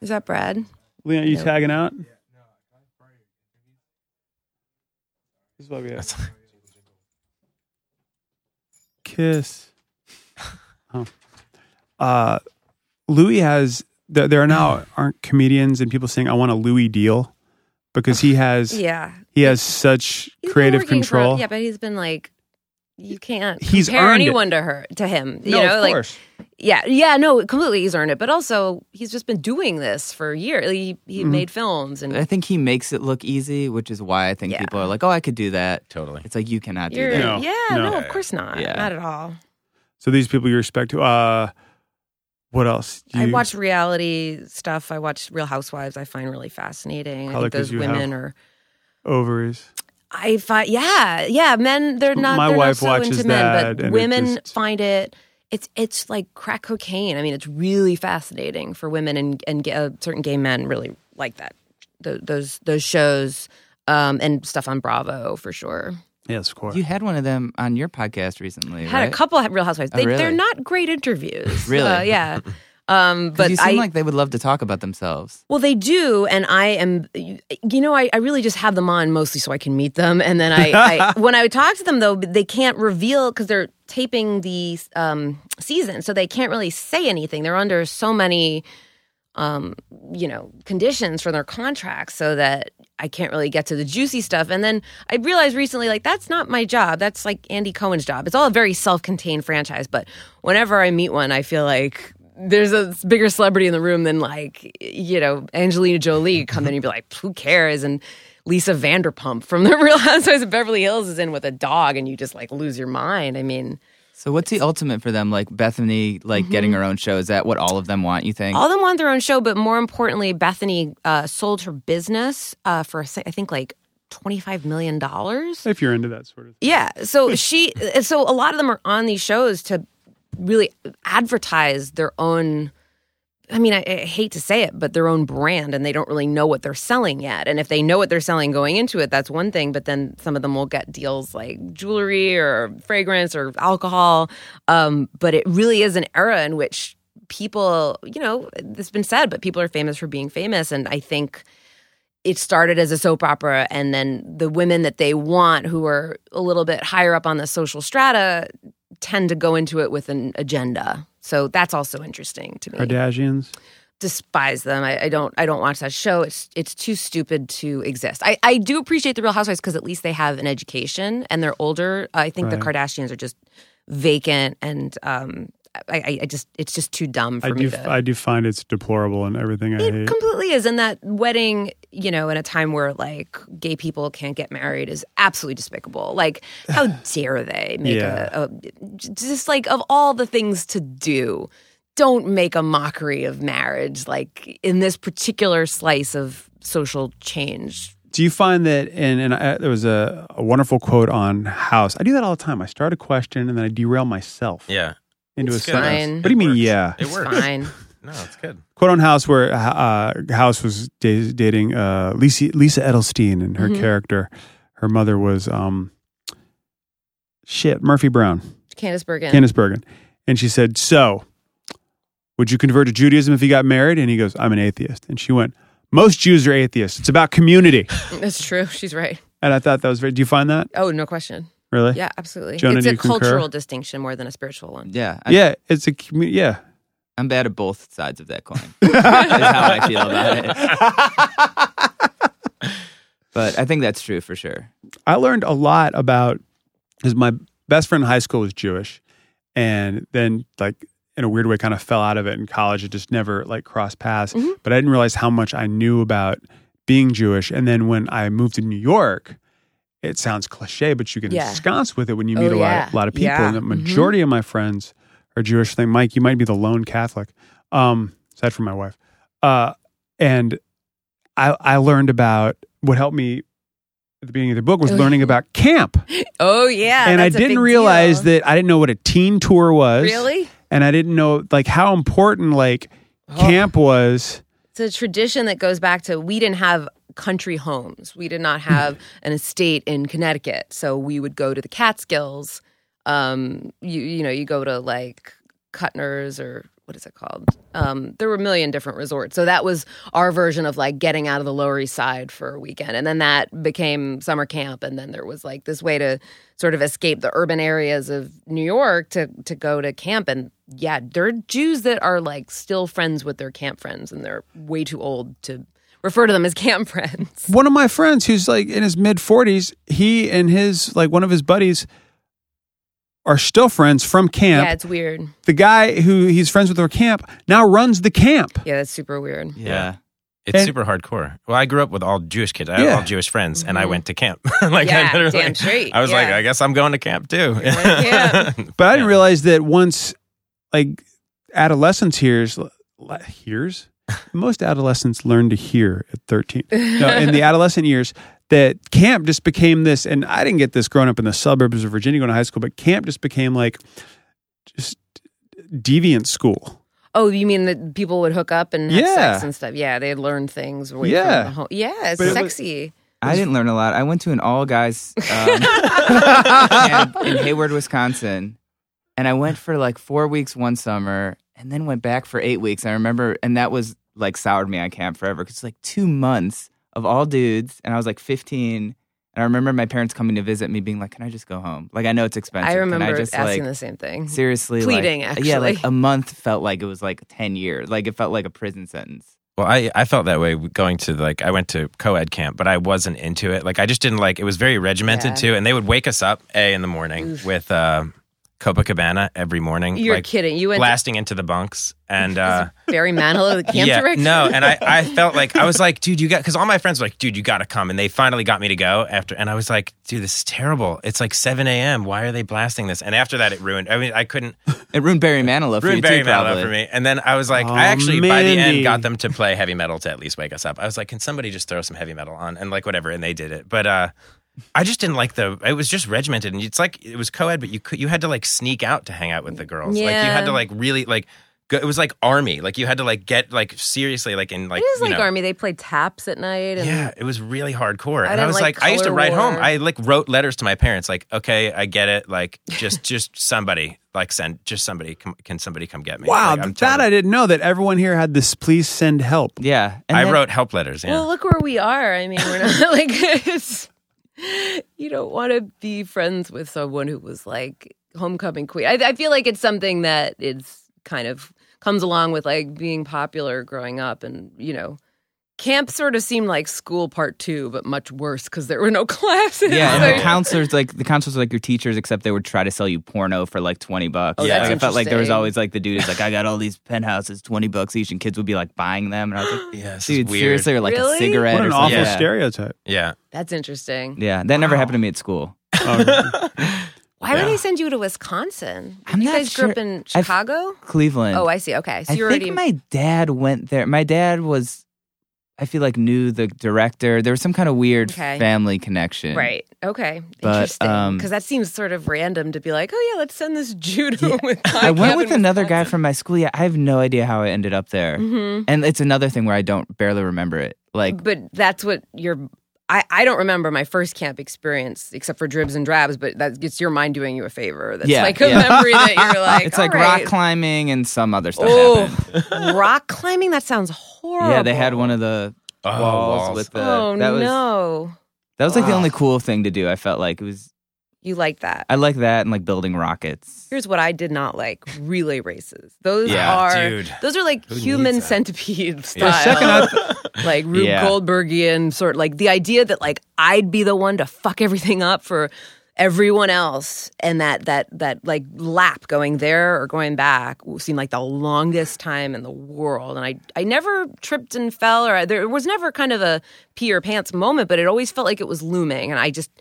Speaker 5: Is that Brad?
Speaker 1: Leon, are you
Speaker 5: No.
Speaker 1: tagging out? This is why we have
Speaker 3: That's-
Speaker 1: kiss. oh. Uh, Louis has. There, there are now aren't comedians and people saying, "I want a Louis deal," because he has
Speaker 5: Yeah,
Speaker 1: he has such
Speaker 5: He's been
Speaker 1: creative
Speaker 5: working for-
Speaker 1: control.
Speaker 5: yeah, but he's been like, you can't
Speaker 1: He's
Speaker 5: compare
Speaker 1: earned it.
Speaker 5: anyone to her to him.
Speaker 1: no,
Speaker 5: you know,
Speaker 1: of
Speaker 5: like
Speaker 1: course.
Speaker 5: yeah, yeah, no, completely. He's earned it, but also he's just been doing this for a year. He he
Speaker 1: Mhm.
Speaker 5: made films, and
Speaker 4: But I think he makes it look easy, which is why I think
Speaker 5: Yeah.
Speaker 4: people are like, oh, I could do that.
Speaker 3: totally.
Speaker 4: It's like, you cannot do
Speaker 5: you're
Speaker 4: that.
Speaker 1: No,
Speaker 5: yeah,
Speaker 1: no.
Speaker 5: no. of course not,
Speaker 4: Yeah.
Speaker 5: not at all.
Speaker 1: So these people you respect. Uh, what else?
Speaker 5: I
Speaker 1: You-
Speaker 5: watch reality stuff. I watch Real Housewives. I find really fascinating. I
Speaker 1: Probably
Speaker 5: think
Speaker 1: 'cause
Speaker 5: those
Speaker 1: you
Speaker 5: women
Speaker 1: have-
Speaker 5: are.
Speaker 1: ovaries.
Speaker 5: I find yeah, yeah. Men, they're not.
Speaker 1: My
Speaker 5: they're
Speaker 1: wife
Speaker 5: not so
Speaker 1: watches
Speaker 5: into men,
Speaker 1: that, and
Speaker 5: but
Speaker 1: it
Speaker 5: women
Speaker 1: just-
Speaker 5: find it. It's it's like crack cocaine. I mean, it's really fascinating for women and and ga- uh, certain gay men really like that. Th- those those shows um, and stuff on Bravo for sure.
Speaker 1: Yes, of course.
Speaker 4: You had one of them on your podcast recently,
Speaker 5: Had
Speaker 4: right?
Speaker 5: a couple of Real Housewives.
Speaker 4: Oh,
Speaker 5: They, They're
Speaker 4: really?
Speaker 5: not great interviews.
Speaker 4: Really?
Speaker 5: Uh, yeah. Um,
Speaker 4: 'Cause
Speaker 5: but
Speaker 4: you seem
Speaker 5: I
Speaker 4: like they would love to talk about themselves.
Speaker 5: Well, they do, and I am. You know, I, I really just have them on mostly so I can meet them, and then I, I when I talk to them though, they can't reveal because they're taping the um, season, so they can't really say anything. They're under so many, um, you know, conditions for their contracts, so that I can't really get to the juicy stuff. And then I realized recently, like that's not my job. That's like Andy Cohen's job. It's all a very self-contained franchise, but whenever I meet one, I feel like there's a bigger celebrity in the room than like you know Angelina Jolie come in and be like, who cares? And Lisa Vanderpump from the Real Housewives of Beverly Hills is in with a dog, and you just like lose your mind. I mean,
Speaker 4: So what's the ultimate for them? Like Bethany, like getting her own show. Is that what all of them want? You think?
Speaker 5: Mm-hmm. all of them want their own show, but more importantly, Bethany uh, sold her business uh, for I think like twenty five million dollars.
Speaker 1: if you're into that sort of thing.
Speaker 5: Yeah. So she, so a lot of them are on these shows to really advertise their own. I mean, I, I hate to say it, but their own brand, and they don't really know what they're selling yet. And if they know what they're selling going into it, that's one thing. But then some of them will get deals like jewelry or fragrance or alcohol. Um, but it really is an era in which people, you know, it's been said, but people are famous for being famous. And I think it started as a soap opera and then the women that they want who are a little bit higher up on the social strata tend to go into it with an agenda so that's also interesting to me
Speaker 1: Kardashians.
Speaker 5: despise them I, I don't i don't watch that show it's it's too stupid to exist i, I do appreciate the real housewives because at least they have an education and they're older i think the
Speaker 1: Right.
Speaker 5: kardashians are just vacant and um I- I, I just it's just too dumb for
Speaker 1: I
Speaker 5: me
Speaker 1: do.
Speaker 5: to
Speaker 1: I do find it's deplorable and everything I
Speaker 5: it
Speaker 1: hate.
Speaker 5: completely is. And that wedding, you know, in a time where like gay people can't get married is absolutely despicable. Like, how dare they make
Speaker 1: Yeah.
Speaker 5: a, a just like of all the things to do, don't make a mockery of marriage, like in this particular slice of social change.
Speaker 1: Do you find that? And and I, there was a, a wonderful quote on House. I do that all the time. I start a question and then I derail myself
Speaker 3: Yeah.
Speaker 1: into a
Speaker 3: It's good.
Speaker 1: sentence.
Speaker 5: Fine.
Speaker 1: What do you mean?
Speaker 3: Works.
Speaker 1: Yeah.
Speaker 3: It works.
Speaker 5: Fine.
Speaker 3: No, it's good.
Speaker 1: Quote on House where uh, House was da- dating uh, Lisa Lisa Edelstein and her
Speaker 5: Mhm.
Speaker 1: character. Her mother was um shit Murphy Brown.
Speaker 5: Candace Bergen.
Speaker 1: Candace Bergen. And she said, So, would you convert to Judaism if you got married? And he goes, I'm an atheist. And she went, Most Jews are atheists. It's about community.
Speaker 5: That's true. She's right.
Speaker 1: And I thought that was very, do you find that?
Speaker 5: Oh, no question.
Speaker 1: Really?
Speaker 5: Yeah, absolutely.
Speaker 1: Jonah,
Speaker 5: it's
Speaker 1: do
Speaker 5: a
Speaker 1: you concur?
Speaker 5: cultural distinction more than a spiritual one.
Speaker 4: yeah, I'm,
Speaker 1: Yeah, it's a commu- yeah.
Speaker 4: I'm bad at both sides of that coin. is how I feel about it. but I think that's true for sure.
Speaker 1: I learned a lot about because my best friend in high school was Jewish, and then like in a weird way kind of fell out of it in college. It just never like crossed paths.
Speaker 5: Mhm.
Speaker 1: But I didn't realize how much I knew about being Jewish. And then when I moved to New York, it sounds cliche, but you can
Speaker 5: Yeah.
Speaker 1: ensconce with it when you
Speaker 5: Oh,
Speaker 1: meet a
Speaker 5: yeah.
Speaker 1: lot, lot of people.
Speaker 5: Yeah.
Speaker 1: And
Speaker 5: Mm-hmm.
Speaker 1: the majority of my friends are Jewish. Thing, Mike, you might be the lone Catholic, um, aside from my wife. Uh, and I, I learned about what helped me at the beginning of the book was
Speaker 5: Oh,
Speaker 1: learning
Speaker 5: yeah.
Speaker 1: about camp,
Speaker 5: Oh yeah,
Speaker 1: and I
Speaker 5: that's a big
Speaker 1: didn't realize
Speaker 5: deal.
Speaker 1: that I didn't know what a teen tour was
Speaker 5: Really, Oh.
Speaker 1: and I didn't know like how important like camp was.
Speaker 5: it's a tradition that goes back to we didn't have country homes. We did not have an estate in Connecticut, so we would go to the Catskills. Um, you you know, you go to like Cutner's or what is it called? Um, there were a million different resorts. So that was our version of like getting out of the Lower East Side for a weekend. And then that became summer camp. And then there was like this way to sort of escape the urban areas of New York to, to go to camp. And yeah, there are Jews that are like still friends with their camp friends and they're way too old to refer to them as camp friends.
Speaker 1: One of my friends who's like in his mid 40s, he and his like one of his buddies are still friends from camp.
Speaker 5: Yeah, it's weird.
Speaker 1: the guy who he's friends with from camp now runs the camp.
Speaker 5: Yeah, that's super weird.
Speaker 4: Yeah.
Speaker 3: Yeah. It's
Speaker 1: And-
Speaker 3: super hardcore. Well, I grew up with all Jewish kids. I
Speaker 1: Yeah. Mm-hmm.
Speaker 3: had all Jewish friends, and I went to camp. like
Speaker 5: Yeah,
Speaker 3: I literally,
Speaker 5: damn straight,
Speaker 3: I was like,
Speaker 5: yeah.
Speaker 3: I guess I'm going to camp too.
Speaker 5: to camp.
Speaker 1: But I didn't
Speaker 3: Yeah.
Speaker 1: realize that once like adolescence hears le- hears most adolescents learn to hear at 13. no, in the adolescent years that camp just became this and i didn't get this growing up in the suburbs of virginia going to high school but camp just became like just deviant school
Speaker 5: Oh, you mean that people would hook up and have
Speaker 1: Yeah.
Speaker 5: sex and stuff? Yeah, they learn things. Away
Speaker 1: Yeah.
Speaker 5: from the home. yeah, it's
Speaker 1: But it was-
Speaker 5: sexy.
Speaker 4: I didn't learn a lot. I went to an all guys um, camp in Hayward, Wisconsin, and I went for like four weeks one summer, and then went back for eight weeks. I remember, and that was like soured me on camp forever because like two months of all dudes, and I was like fifteen. And I remember my parents coming to visit me, being like, "Can I just go home? Like, I know it's expensive.
Speaker 5: I remember
Speaker 4: Can I just
Speaker 5: asking
Speaker 4: like
Speaker 5: the same thing.
Speaker 4: seriously
Speaker 5: Pleading,
Speaker 4: like, Yeah, like
Speaker 5: actually.
Speaker 4: a month felt like it was like ten years. Like it felt like a prison sentence.
Speaker 3: Well, I, I felt that way going to like I went to co-ed camp, but I wasn't into it. Like I just didn't like it was very regimented
Speaker 5: Yeah.
Speaker 3: too, and they would wake us up a in the morning
Speaker 5: Oof.
Speaker 3: with uh, Copacabana every morning,
Speaker 5: You're
Speaker 3: like
Speaker 5: kidding. You went to
Speaker 3: blasting into the bunks and. Uh,
Speaker 5: Barry Manilow, the camp
Speaker 3: yeah,
Speaker 5: director.
Speaker 3: no, and I, I felt like I was like, dude, you got because all my friends were like, dude, you got to come, and they finally got me to go after, and I was like, dude, this is terrible. It's like seven a.m. Why are they blasting this? And after that, it ruined. I mean, I couldn't
Speaker 4: It ruined Barry Manilow for you
Speaker 3: ruined
Speaker 4: too,
Speaker 3: Barry Manilow
Speaker 4: probably.
Speaker 3: for me. And then I was like,
Speaker 1: Aw,
Speaker 3: I actually by the
Speaker 1: Mandy.
Speaker 3: end got them to play heavy metal to at least wake us up. I was like, can somebody just throw some heavy metal on and like whatever? And they did it, but uh, I just didn't like the. It was just regimented, and it's like it was co-ed, but you could you had to like sneak out to hang out with the girls. Like you
Speaker 5: Yeah.
Speaker 3: had to like really like. Go, it was like army. Like you had to like get like seriously like in like
Speaker 5: it is
Speaker 3: you
Speaker 5: like
Speaker 3: know,
Speaker 5: army. They play taps at night. And
Speaker 3: yeah, it was really hardcore. and
Speaker 5: I
Speaker 3: I
Speaker 5: didn't
Speaker 3: was
Speaker 5: like
Speaker 3: like, I used to
Speaker 5: color
Speaker 3: write home.
Speaker 5: war.
Speaker 3: I like wrote letters to my parents, like, okay, I get it. Like, just just somebody, like, send just somebody. Come, can somebody come get me?
Speaker 1: wow
Speaker 3: Like, I'm
Speaker 1: that
Speaker 3: totally-
Speaker 1: i didn't know that everyone here had this please send help
Speaker 4: Yeah, and
Speaker 3: I
Speaker 4: then-
Speaker 3: wrote help letters. Yeah.
Speaker 5: Well, look where we are. I mean, we're not like it's, you don't want to be friends with someone who was like homecoming queen. I, I feel like it's something that it's kind of comes along with like being popular growing up, and you know, camp sort of seemed like school part two, but much worse because there were no classes.
Speaker 4: Yeah, and
Speaker 5: So-
Speaker 4: the counselors like the counselors are like your teachers, except they would try to sell you porno for like twenty bucks.
Speaker 5: Oh,
Speaker 3: that's
Speaker 4: Like, I felt like there was
Speaker 5: interesting.
Speaker 4: always like the dude is like, I got all these penthouses, twenty bucks each, and kids would be like buying them, and I was like,
Speaker 3: yeah, this is
Speaker 4: dude,
Speaker 3: weird.
Speaker 4: seriously, or like
Speaker 5: Really?
Speaker 4: a cigarette
Speaker 1: what an
Speaker 4: or
Speaker 1: awful
Speaker 4: something. yeah.
Speaker 1: stereotype
Speaker 3: Yeah,
Speaker 5: that's interesting.
Speaker 4: Yeah, that never happened to me at school.
Speaker 1: Um,
Speaker 5: Why would
Speaker 3: Yeah.
Speaker 5: they send you to Wisconsin?
Speaker 4: I'm
Speaker 5: you
Speaker 4: not
Speaker 5: guys grew up
Speaker 4: sure.
Speaker 5: in
Speaker 4: I've-
Speaker 5: Chicago.
Speaker 4: Cleveland.
Speaker 5: Oh, I see. Okay, so
Speaker 4: I
Speaker 5: you're
Speaker 4: think
Speaker 5: already.
Speaker 4: my dad went there. My dad was, I feel like, knew the director. There was some kind of weird
Speaker 5: Okay.
Speaker 4: family connection,
Speaker 5: Right. Okay.
Speaker 4: But,
Speaker 5: Interesting.
Speaker 4: um,
Speaker 5: Because that seems sort of random to be like, oh yeah, let's send this Jew to
Speaker 4: Yeah.
Speaker 5: with.
Speaker 4: I went with another guy from my school. Yeah, I have no idea how I ended up there,
Speaker 5: hmm
Speaker 4: and it's another thing where I don't barely remember it. Like,
Speaker 5: But that's what your. I, I don't remember my first camp experience except for dribs and drabs, but that it's your mind doing you a favor. That's
Speaker 4: Yeah,
Speaker 5: like a
Speaker 4: yeah.
Speaker 5: memory that you're like.
Speaker 4: it's like
Speaker 5: "All
Speaker 4: rock
Speaker 5: right."
Speaker 4: climbing and some other stuff happened.
Speaker 5: Oh, rock climbing. That sounds horrible.
Speaker 4: Yeah, they had one of the
Speaker 3: Oh,
Speaker 4: walls,
Speaker 3: walls.
Speaker 4: with the.
Speaker 5: Oh
Speaker 4: that was,
Speaker 5: no,
Speaker 4: That was like the
Speaker 5: Wow.
Speaker 4: only cool thing to do. I felt like it was.
Speaker 5: you like that.
Speaker 4: I like that and like building rockets.
Speaker 5: Here's what I did not like: relay races. Those
Speaker 3: Yeah,
Speaker 5: are
Speaker 3: dude.
Speaker 5: those are like
Speaker 3: Who needs
Speaker 5: human
Speaker 3: that?
Speaker 5: centipede
Speaker 1: for
Speaker 5: style.
Speaker 1: a second I,
Speaker 5: like Rube
Speaker 4: Yeah.
Speaker 5: Goldbergian sort like the idea that like I'd be the one to fuck everything up for everyone else and that that that like lap going there or going back seemed like the longest time in the world and i i never tripped and fell or I, there was never kind of a pee or pants moment but it always felt like it was looming and i just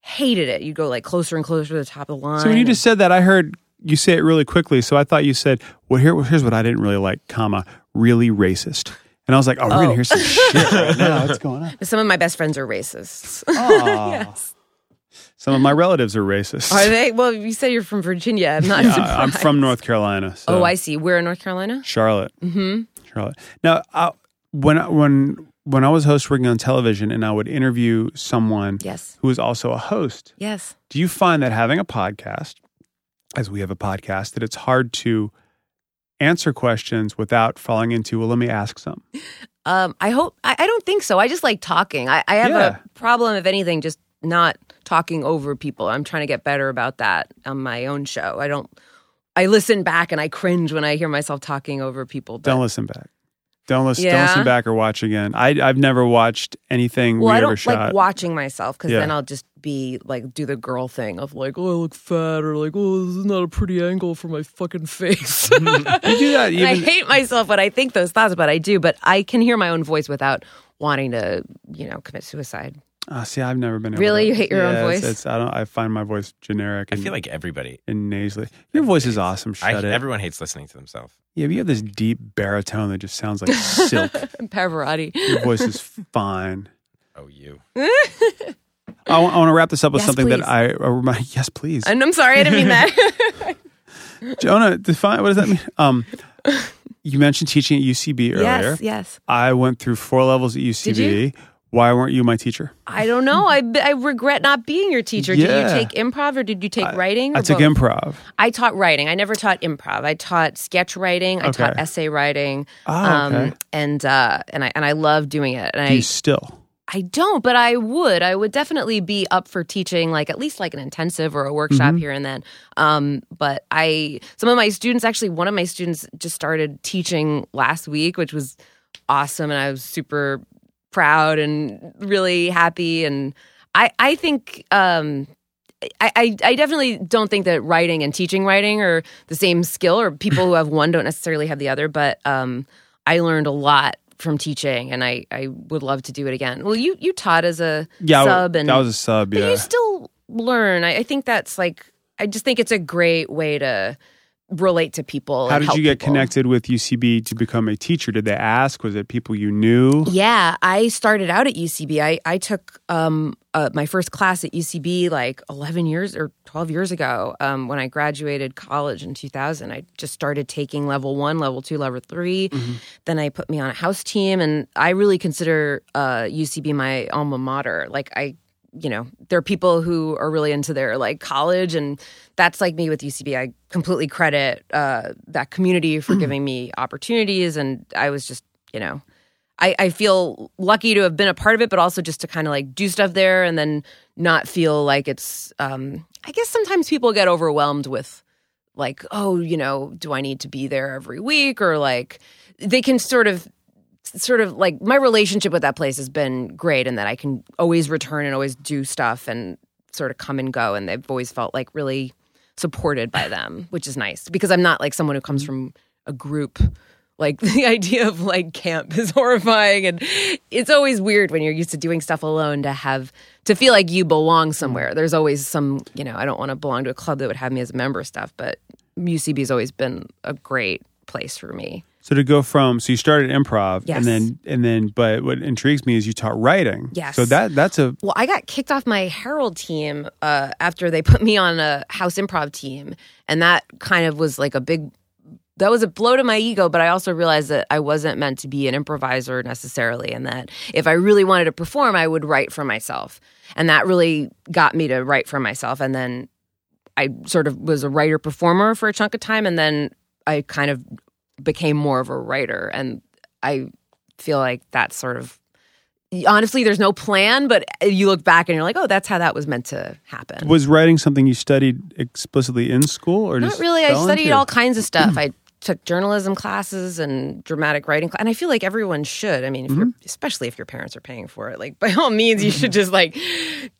Speaker 5: hated it you go like closer and closer to the top of the line
Speaker 1: So when you just said that, I heard you say it really quickly. So I thought you said, "Well, here, here's what I didn't really like, comma, really racist." And I was like, "Oh, we're gonna
Speaker 5: Oh.
Speaker 1: hear some shit right now. What's going on?"
Speaker 5: some of my best friends are racists
Speaker 1: Aw. Some of my relatives are racist.
Speaker 5: are they well you say you're from virginia i'm not
Speaker 1: Yeah,
Speaker 5: surprised.
Speaker 1: I- I'm from North Carolina. so
Speaker 5: oh i see we're in north carolina
Speaker 1: Charlotte.
Speaker 5: mm-hmm
Speaker 1: Charlotte. Now, I, when I, when when I was host working on television, and I would interview someone
Speaker 5: yes
Speaker 1: who was also a host,
Speaker 5: yes
Speaker 1: do you find that having a podcast, as we have a podcast, that it's hard to answer questions without falling into, well, let me ask some?
Speaker 5: Um, I hope I, I don't think so. I just like talking. I, I have
Speaker 1: Yeah.
Speaker 5: a problem, if anything, just not talking over people. I'm trying to get better about that on my own show. I don't. I listen back and I cringe when I hear myself talking over people. But,
Speaker 1: Don't listen back. Don't listen, don't
Speaker 5: Yeah.
Speaker 1: listen back or watch again. I, I've never watched anything
Speaker 5: well,
Speaker 1: we
Speaker 5: I
Speaker 1: ever
Speaker 5: don't
Speaker 1: shot.
Speaker 5: like watching myself because
Speaker 1: Yeah.
Speaker 5: then I'll just be like, do the girl thing of like, oh, I look fat, or like, oh, this is not a pretty angle for my fucking face.
Speaker 1: you do that
Speaker 5: And I
Speaker 1: even.
Speaker 5: hate myself when I think those thoughts, but I do. But I can hear my own voice without wanting to, you know, commit suicide.
Speaker 1: Ah, see, I've never been. Able
Speaker 5: Really?
Speaker 1: to-
Speaker 5: You hate your own
Speaker 1: Yeah, it's-
Speaker 5: voice?
Speaker 1: It's, I don't. I find my voice generic.
Speaker 3: I
Speaker 1: And,
Speaker 3: feel like everybody,
Speaker 1: and nasally. Your voice is awesome. Shut
Speaker 3: I,
Speaker 1: it.
Speaker 3: everyone hates listening to themselves.
Speaker 1: yeah, but you have this deep baritone that just sounds like silk.
Speaker 5: Pavarotti.
Speaker 1: Your voice is fine.
Speaker 3: Oh, you.
Speaker 1: I want to wrap this up with
Speaker 5: Yes,
Speaker 1: something
Speaker 5: please.
Speaker 1: that I I remind. Yes, please.
Speaker 5: And I'm sorry, I didn't mean that.
Speaker 1: Jonah, define what does that mean? Um, you mentioned teaching at UCB earlier.
Speaker 5: yes, yes.
Speaker 1: I went through four levels at UCB.
Speaker 5: you?
Speaker 1: Why weren't you my teacher?
Speaker 5: I don't know. I, I regret not being your teacher.
Speaker 1: Yeah.
Speaker 5: Did you take improv or did you take writing? or
Speaker 1: I took
Speaker 5: both?
Speaker 1: improv.
Speaker 5: I taught writing. I never taught improv. I taught sketch writing. I taught
Speaker 1: Okay.
Speaker 5: essay writing. Um,
Speaker 1: Ah, okay.
Speaker 5: and uh, and I and I love doing it. And
Speaker 1: Do
Speaker 5: I
Speaker 1: you still?
Speaker 5: I don't, but I would. I would definitely be up for teaching, like at least like an intensive or a
Speaker 1: Mm-hmm.
Speaker 5: workshop here and then. Um, but I, some of my students, actually, one of my students just started teaching last week, which was awesome, and I was super proud and really happy. And I, I think, um, I, I, I definitely don't think that writing and teaching writing are the same skill, or people who have one don't necessarily have the other. But um, I learned a lot from teaching, and I, I would love to do it again. Well, you you taught as a
Speaker 1: Yeah, I w-
Speaker 5: sub, and
Speaker 1: that was uh, a sub.
Speaker 5: but
Speaker 1: Yeah.
Speaker 5: you still learn. I, I think that's like I just think it's a great way to relate to people.
Speaker 1: How
Speaker 5: and
Speaker 1: did
Speaker 5: help
Speaker 1: you get
Speaker 5: people.
Speaker 1: connected with UCB to become a teacher? Did they ask? Was it people you knew?
Speaker 5: Yeah, I started out at UCB. I, I took um, uh, my first class at UCB like 11 years or 12 years ago um, when I graduated college in 2000. I just started taking level one, level two, level 3 Then I put me on a house team, and I really consider uh, UCB my alma mater. Like, I you know, there are people who are really into their like college, and that's like me with UCB. I completely credit uh, that community for giving me opportunities, and I was just, you know, I, I feel lucky to have been a part of it, but also just to kind of like do stuff there and then not feel like it's. Um, I guess sometimes people get overwhelmed with like, oh, you know, do I need to be there every week or like they can sort of sort of like my relationship with that place has been great in that I can always return and always do stuff and sort of come and go. And I've always felt like really supported by them, which is nice because I'm not like someone who comes from a group. Like the idea of like camp is horrifying. And it's always weird when you're used to doing stuff alone to have to feel like you belong somewhere. There's always some, you know, I don't want to belong to a club that would have me as a member stuff, but UCB's always been a great place for me.
Speaker 1: So to go from so you started improv
Speaker 5: Yes.
Speaker 1: and then and then but what intrigues me is you taught writing.
Speaker 5: Yes.
Speaker 1: So that that's a
Speaker 5: Well, I got kicked off my Herald team uh, after they put me on a house improv team. And that kind of was like a big, that was a blow to my ego. But I also realized that I wasn't meant to be an improviser necessarily. And that if I really wanted to perform, I would write for myself. And that really got me to write for myself. And then I sort of was a writer performer for a chunk of time. And then I kind of became more of a writer. And I feel like that's sort of honestly there's no plan but you look back and you're like oh that's how that was meant to happen
Speaker 1: was writing something you studied explicitly in school or
Speaker 5: not
Speaker 1: just
Speaker 5: really i
Speaker 1: fell
Speaker 5: studied
Speaker 1: into?
Speaker 5: all kinds of stuff i took journalism classes and dramatic writing cla- and i feel like everyone should i mean
Speaker 1: Mm-hmm.
Speaker 5: if you're, especially if your parents are paying for it like by all means you should just like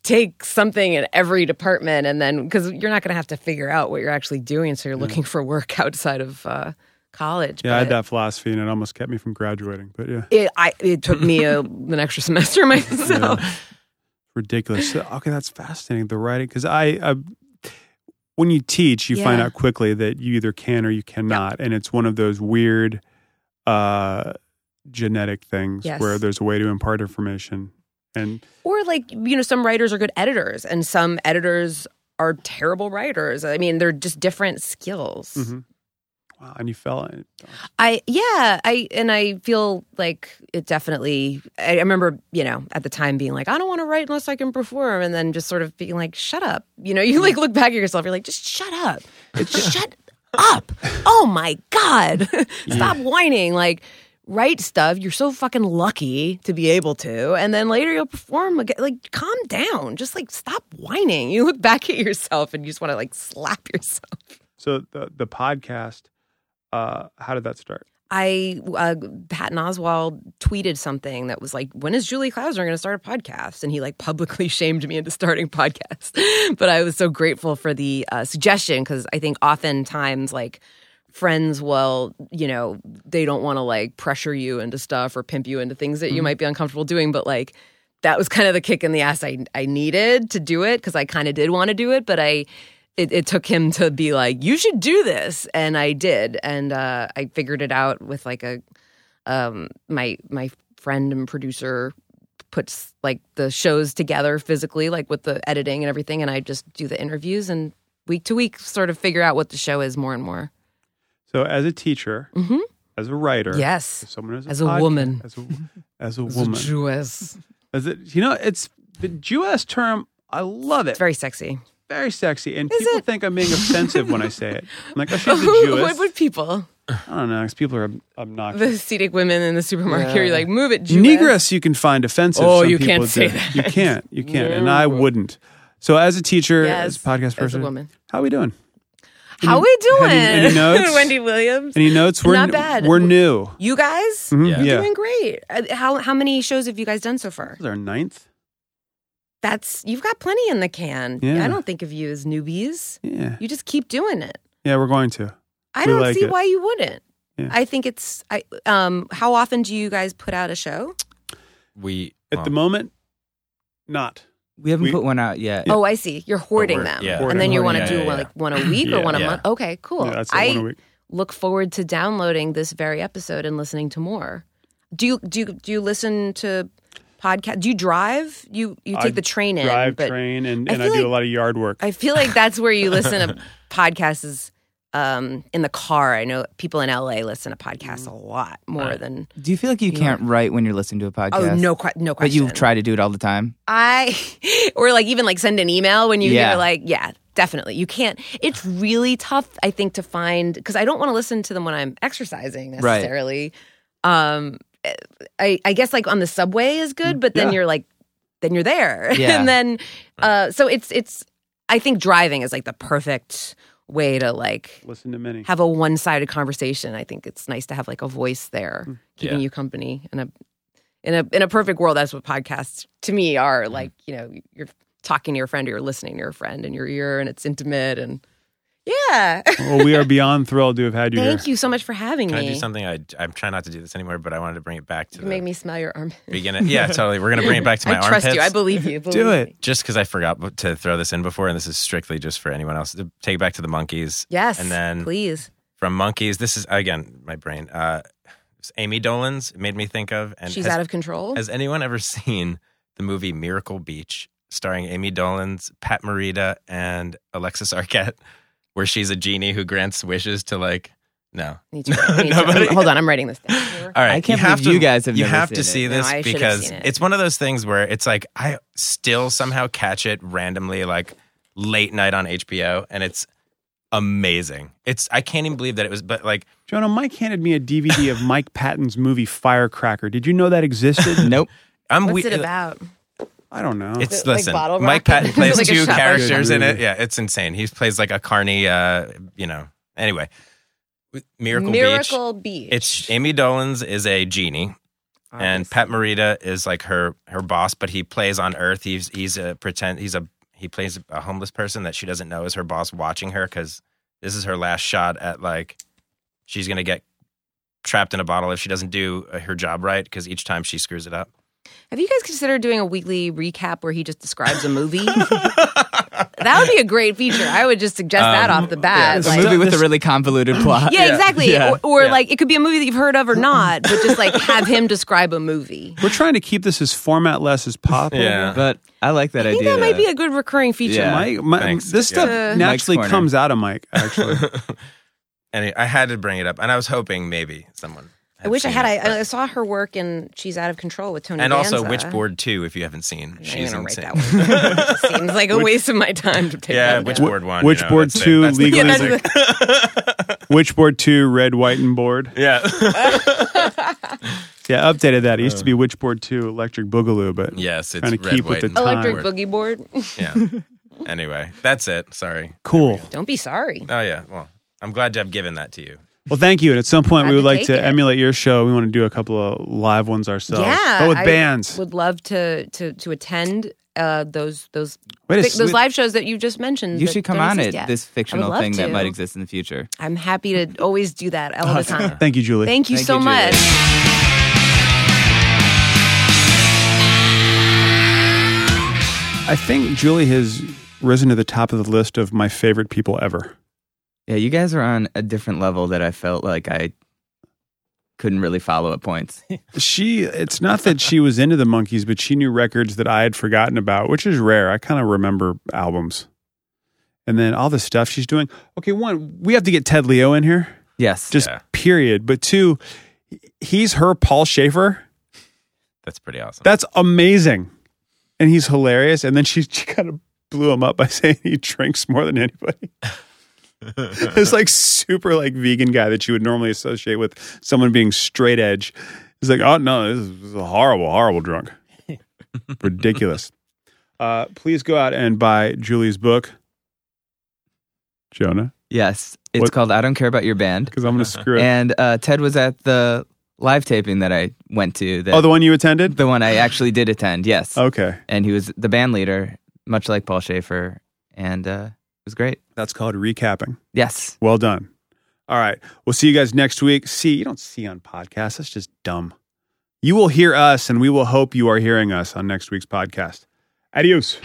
Speaker 5: take something in every department and then because you're not going to have to figure out what you're actually doing so you're looking for work outside of uh, college
Speaker 1: Yeah, I had
Speaker 5: but-
Speaker 1: that philosophy, and it almost kept me from graduating. But yeah,
Speaker 5: it, I, it took me a, an extra semester myself.
Speaker 1: ridiculous. So, okay, that's fascinating. The writing, because I, I, when you teach, you find
Speaker 5: Yeah.
Speaker 1: out quickly that you either can or you cannot, and it's one of those weird uh, genetic things
Speaker 5: Yes.
Speaker 1: where there's a way to impart information, and
Speaker 5: Or like, you know, some writers are good editors and some editors are terrible writers. I mean, they're just different skills.
Speaker 1: mhm. wow, and you fell. in-
Speaker 5: I yeah, I and I feel like it definitely I I remember, you know, at the time being like, I don't want to write unless I can perform and then just sort of being like, shut up. You know, you like look back at yourself, you're like, just shut up. shut up. Oh my god. Stop whining like write stuff. You're so fucking lucky to be able to. And then later you'll perform again. Like calm down. Just like stop whining. You look back at yourself and you just want to like slap yourself.
Speaker 1: So the the podcast, uh, how did that start?
Speaker 5: I uh, Patton Oswald tweeted something that was like, "When is Julie Klausner going to start a podcast?" And he like publicly shamed me into starting podcasts. but I was so grateful for the uh, suggestion because I think oftentimes like friends will, you know, they don't want to like pressure you into stuff or pimp you into things that you might be uncomfortable doing, but like that was kind of the kick in the ass I, I needed to do it because I kind of did want to do it, but I it, it took him to be like, you should do this, and I did, and uh, I figured it out with like a um, my my friend and producer puts like the shows together physically, like with the editing and everything, and I just do the interviews and week to week sort of figure out what the show is more and more.
Speaker 1: So as a teacher,
Speaker 5: Mhm.
Speaker 1: as a writer,
Speaker 5: Yes,
Speaker 1: as someone who's
Speaker 5: As a
Speaker 1: podca-
Speaker 5: woman.
Speaker 1: as a, as a
Speaker 5: As a
Speaker 1: woman,
Speaker 5: Jewess.
Speaker 1: As it, you know, it's the Jewess term. I love it.
Speaker 5: It's very sexy.
Speaker 1: very sexy, and
Speaker 5: Is
Speaker 1: people
Speaker 5: it?
Speaker 1: think I'm being offensive when I say it. I'm like, oh, she's a
Speaker 5: what
Speaker 1: Jewess.
Speaker 5: would people,
Speaker 1: I don't know, because people are ob-
Speaker 5: the
Speaker 1: obnoxious.
Speaker 5: aesthetic women in the supermarket, are like, move it, Jewess.
Speaker 1: Negress, you can find offensive.
Speaker 5: Oh,
Speaker 1: Some
Speaker 5: you can't
Speaker 1: people
Speaker 5: say
Speaker 1: do.
Speaker 5: that.
Speaker 1: You can't. You can't. And I wouldn't. So, as a teacher,
Speaker 5: Yes,
Speaker 1: as a podcast
Speaker 5: as
Speaker 1: person,
Speaker 5: a woman.
Speaker 1: how are we doing?
Speaker 5: How we doing?
Speaker 1: any- any notes?
Speaker 5: Wendy Williams.
Speaker 1: Any notes? We're
Speaker 5: Not bad.
Speaker 1: We're new.
Speaker 5: you guys?
Speaker 1: Mhm,
Speaker 3: Yeah.
Speaker 5: You're
Speaker 1: yeah.
Speaker 5: doing great. Uh, How how many shows have you guys done so far?
Speaker 1: This is our ninth.
Speaker 5: That's you've got plenty in the can.
Speaker 1: Yeah.
Speaker 5: I don't think of you as newbies.
Speaker 1: Yeah.
Speaker 5: You just keep doing it.
Speaker 1: Yeah, we're going to. We
Speaker 5: I don't
Speaker 1: like
Speaker 5: see
Speaker 1: it.
Speaker 5: why you wouldn't.
Speaker 1: Yeah.
Speaker 5: I think it's I um how often do you guys put out a show?
Speaker 3: We
Speaker 1: At the moment, not.
Speaker 4: We haven't
Speaker 1: We-
Speaker 4: put one out yet.
Speaker 5: Oh, I see. You're hoarding
Speaker 3: we're-
Speaker 5: them.
Speaker 3: yeah.
Speaker 5: And then you want to
Speaker 3: Yeah,
Speaker 5: do
Speaker 3: yeah,
Speaker 5: one,
Speaker 3: yeah.
Speaker 5: like one a week or
Speaker 1: Yeah.
Speaker 5: one a
Speaker 3: Yeah.
Speaker 5: month. Okay, cool.
Speaker 1: Yeah, that's it,
Speaker 5: I
Speaker 1: one a week.
Speaker 5: look forward to downloading this very episode and listening to more. Do you do you, do you listen to podcast? Do you drive? You you
Speaker 1: I
Speaker 5: take the train in,
Speaker 1: Drive,
Speaker 5: but
Speaker 1: train, and,
Speaker 5: I
Speaker 1: and I do
Speaker 5: feel
Speaker 1: a
Speaker 5: like-
Speaker 1: lot of yard work.
Speaker 5: I feel like that's where you listen to podcasts is um, in the car. I know people in LA listen to podcasts a lot more than
Speaker 4: Do you feel like you can't write when you're listening to a podcast?
Speaker 5: oh no que- no
Speaker 4: But
Speaker 5: question.
Speaker 4: you try to do it all the time.
Speaker 5: I or like even like send an email when you
Speaker 4: Yeah.
Speaker 5: hear like yeah definitely you can't. It's really tough I think to find because I don't want to listen to them when I'm exercising
Speaker 4: Right.
Speaker 5: necessarily. Um, I I guess like on the subway is good, but then
Speaker 1: Yeah.
Speaker 5: you're like then you're there
Speaker 4: Yeah.
Speaker 5: and then uh, so it's it's I think driving is like the perfect way to like
Speaker 1: Listen to many.
Speaker 5: have a one-sided conversation. I think it's nice to have like a voice there keeping
Speaker 3: Mm. Yeah.
Speaker 5: you company in a in a in a perfect world. That's what podcasts to me are
Speaker 3: Mm-hmm.
Speaker 5: like. You know, you're talking to your friend or you're listening to your friend in your ear, and it's intimate and yeah.
Speaker 1: well, we are beyond thrilled to have had you here.
Speaker 5: Thank you so much for having
Speaker 3: Can I
Speaker 5: me.
Speaker 3: do something? I, I'm trying not to do this anymore, but I wanted to bring it back to
Speaker 5: You
Speaker 3: the
Speaker 5: can make me smell your arm.
Speaker 3: beginning. Yeah, totally. We're gonna bring it back to
Speaker 5: I
Speaker 3: my
Speaker 5: trust
Speaker 3: armpits.
Speaker 5: you. I believe you. Believe
Speaker 1: it.
Speaker 5: me.
Speaker 3: just because I forgot b- to throw this in before, and this is strictly just for anyone else. to Take it back to the monkeys.
Speaker 5: Yes.
Speaker 3: And then
Speaker 5: please.
Speaker 3: from monkeys, this is again my brain. Uh, it's Amy Dolan's it made me think of. And
Speaker 5: She's
Speaker 3: has,
Speaker 5: out of control.
Speaker 3: has anyone ever seen the movie Miracle Beach, starring Amy Dolan's Pat Morita and Alexis Arquette, where she's a genie who grants wishes to like no.
Speaker 5: Need to- I need to-
Speaker 3: Nobody-
Speaker 5: hold on, I'm writing this down.
Speaker 3: All right,
Speaker 4: I can't
Speaker 3: you have
Speaker 4: believe
Speaker 3: to,
Speaker 4: you guys have
Speaker 3: you
Speaker 4: never
Speaker 3: have
Speaker 4: seen
Speaker 3: to
Speaker 4: it.
Speaker 3: see
Speaker 5: No,
Speaker 3: this
Speaker 5: I should've
Speaker 3: because
Speaker 5: seen it.
Speaker 3: it's one of those things where it's like I still somehow catch it randomly, like late night on HBO, and it's amazing. It's I can't even believe that it was, but like
Speaker 1: Jonah, Mike handed me a DVD of Mike Patton's movie Firecracker. Did you know that existed?
Speaker 4: Nope.
Speaker 3: I'm
Speaker 5: What's
Speaker 3: Um, we-
Speaker 5: it about?
Speaker 1: I don't know.
Speaker 3: It's
Speaker 5: it like
Speaker 3: listen,
Speaker 5: bottle
Speaker 3: Mike
Speaker 5: rocket?
Speaker 3: Patton plays
Speaker 5: Like a
Speaker 3: two
Speaker 5: shot
Speaker 3: characters in
Speaker 1: rocket?
Speaker 3: it. Yeah, it's insane. He plays like a carny, uh, you know. Anyway, Miracle, Beach.
Speaker 5: Miracle Beach.
Speaker 3: It's Amy Dolan's is a genie, and Pat Morita is like her her boss, but he plays on Earth. He's he's a pretend he's a he plays a homeless person that she doesn't know is her boss watching her because this is her last shot at like she's gonna get trapped in a bottle if she doesn't do uh, her job right because each time she screws it up.
Speaker 5: Have you guys considered doing a weekly recap where he just describes a movie? that would be a great feature. I would just suggest that
Speaker 3: Um,
Speaker 5: off the bat.
Speaker 4: a
Speaker 5: like,
Speaker 4: movie with a really convoluted plot.
Speaker 5: yeah, exactly.
Speaker 4: Yeah.
Speaker 5: Or, or
Speaker 3: Yeah.
Speaker 5: like it could be a movie that you've heard of or not, but just like have him describe a movie.
Speaker 1: We're trying to keep this as format less as possible.
Speaker 3: Yeah.
Speaker 4: But I like that
Speaker 5: I think
Speaker 4: idea.
Speaker 5: that might be a good recurring feature.
Speaker 4: Yeah.
Speaker 1: Mike, Mi-
Speaker 3: Thanks.
Speaker 1: this stuff
Speaker 5: Yeah.
Speaker 1: naturally
Speaker 4: Mike's corner.
Speaker 1: comes out of Mike. Actually,
Speaker 3: And I had to bring it up, and I was hoping maybe someone.
Speaker 5: I wish I
Speaker 3: seen
Speaker 5: had.
Speaker 3: it, but-
Speaker 5: I, I saw her work in She's Out of Control with Tony
Speaker 3: and also
Speaker 5: Danza.
Speaker 3: Witchboard Two, if you haven't seen,
Speaker 5: I'm not
Speaker 3: she's
Speaker 5: even gonna write
Speaker 3: insane.
Speaker 5: that one. It Seems like a waste of my time to take
Speaker 3: Yeah,
Speaker 5: that down.
Speaker 3: Witchboard One.
Speaker 1: Witch
Speaker 3: you know,
Speaker 1: Board
Speaker 3: that's the-
Speaker 1: 2,
Speaker 3: that's the
Speaker 1: Legal
Speaker 3: classic.
Speaker 5: Music.
Speaker 1: Witchboard Two, Red, White, and Board.
Speaker 3: Yeah.
Speaker 1: Yeah, updated that. It used to be Witchboard Two, Electric Boogaloo, but
Speaker 3: Uh. yes, it's
Speaker 1: Trying to
Speaker 3: red,
Speaker 1: keep
Speaker 3: white,
Speaker 1: with
Speaker 3: and
Speaker 1: the
Speaker 5: Electric
Speaker 3: black.
Speaker 5: Boogie Board.
Speaker 3: Yeah. Anyway, that's it. Sorry.
Speaker 1: cool.
Speaker 5: Don't be sorry.
Speaker 3: Oh yeah. Well, I'm glad to have given that to you.
Speaker 1: Well, thank you. And at some point,
Speaker 5: Glad
Speaker 1: we would
Speaker 5: to
Speaker 1: like
Speaker 5: take
Speaker 1: to
Speaker 5: it.
Speaker 1: emulate your show. We want to do a couple of live ones ourselves.
Speaker 5: yeah,
Speaker 1: but with
Speaker 5: I
Speaker 1: bands.
Speaker 5: Would love to to to attend uh, those those
Speaker 1: Wait a
Speaker 5: thi- those
Speaker 1: sec-
Speaker 5: live shows that you just mentioned.
Speaker 4: You
Speaker 5: that
Speaker 4: should come
Speaker 5: don't
Speaker 4: on
Speaker 5: exist
Speaker 4: it.
Speaker 5: yet.
Speaker 4: This fictional
Speaker 5: love
Speaker 4: thing that
Speaker 5: to.
Speaker 4: might exist in the future.
Speaker 5: I'm happy to always do that all the time.
Speaker 1: Thank you, Julie.
Speaker 5: Thank you
Speaker 4: Thank
Speaker 5: so
Speaker 4: you, Julie.
Speaker 5: much.
Speaker 1: I think Julie has risen to the top of the list of my favorite people ever.
Speaker 4: Yeah, you guys are on a different level that I felt like I couldn't really follow at points.
Speaker 1: She, it's not that she was into the monkeys, but she knew records that I had forgotten about, which is rare. I kind of remember albums. And then all the stuff she's doing. Okay, one, we have to get Ted Leo in here,
Speaker 4: Yes.
Speaker 1: just
Speaker 3: Yeah.
Speaker 1: period. But two, he's her Paul Schaefer.
Speaker 3: That's pretty awesome.
Speaker 1: That's amazing. And he's hilarious. And then she, she kind of blew him up by saying he drinks more than anybody. this like super like vegan guy that you would normally associate with someone being straight edge. He's like, oh no, this is a horrible, horrible drunk. Ridiculous. Uh, please go out and buy Julie's book, Jonah,
Speaker 4: yes. It's
Speaker 1: What-
Speaker 4: called I Don't Care About Your Band.
Speaker 1: because I'm going to screw it.
Speaker 4: And uh, Ted was at the live taping that I went to. That,
Speaker 1: oh, the one you Oh. attended?
Speaker 4: the one I actually did attend, yes.
Speaker 1: Okay.
Speaker 4: And he was the band leader, much like Paul Schaefer. And uh, it was great.
Speaker 1: That's called recapping.
Speaker 4: Yes.
Speaker 1: Well done. All right. We'll see you guys next week. See, you don't see on podcasts. That's just dumb. You will hear us, and we will hope you are hearing us on next week's podcast. Adios.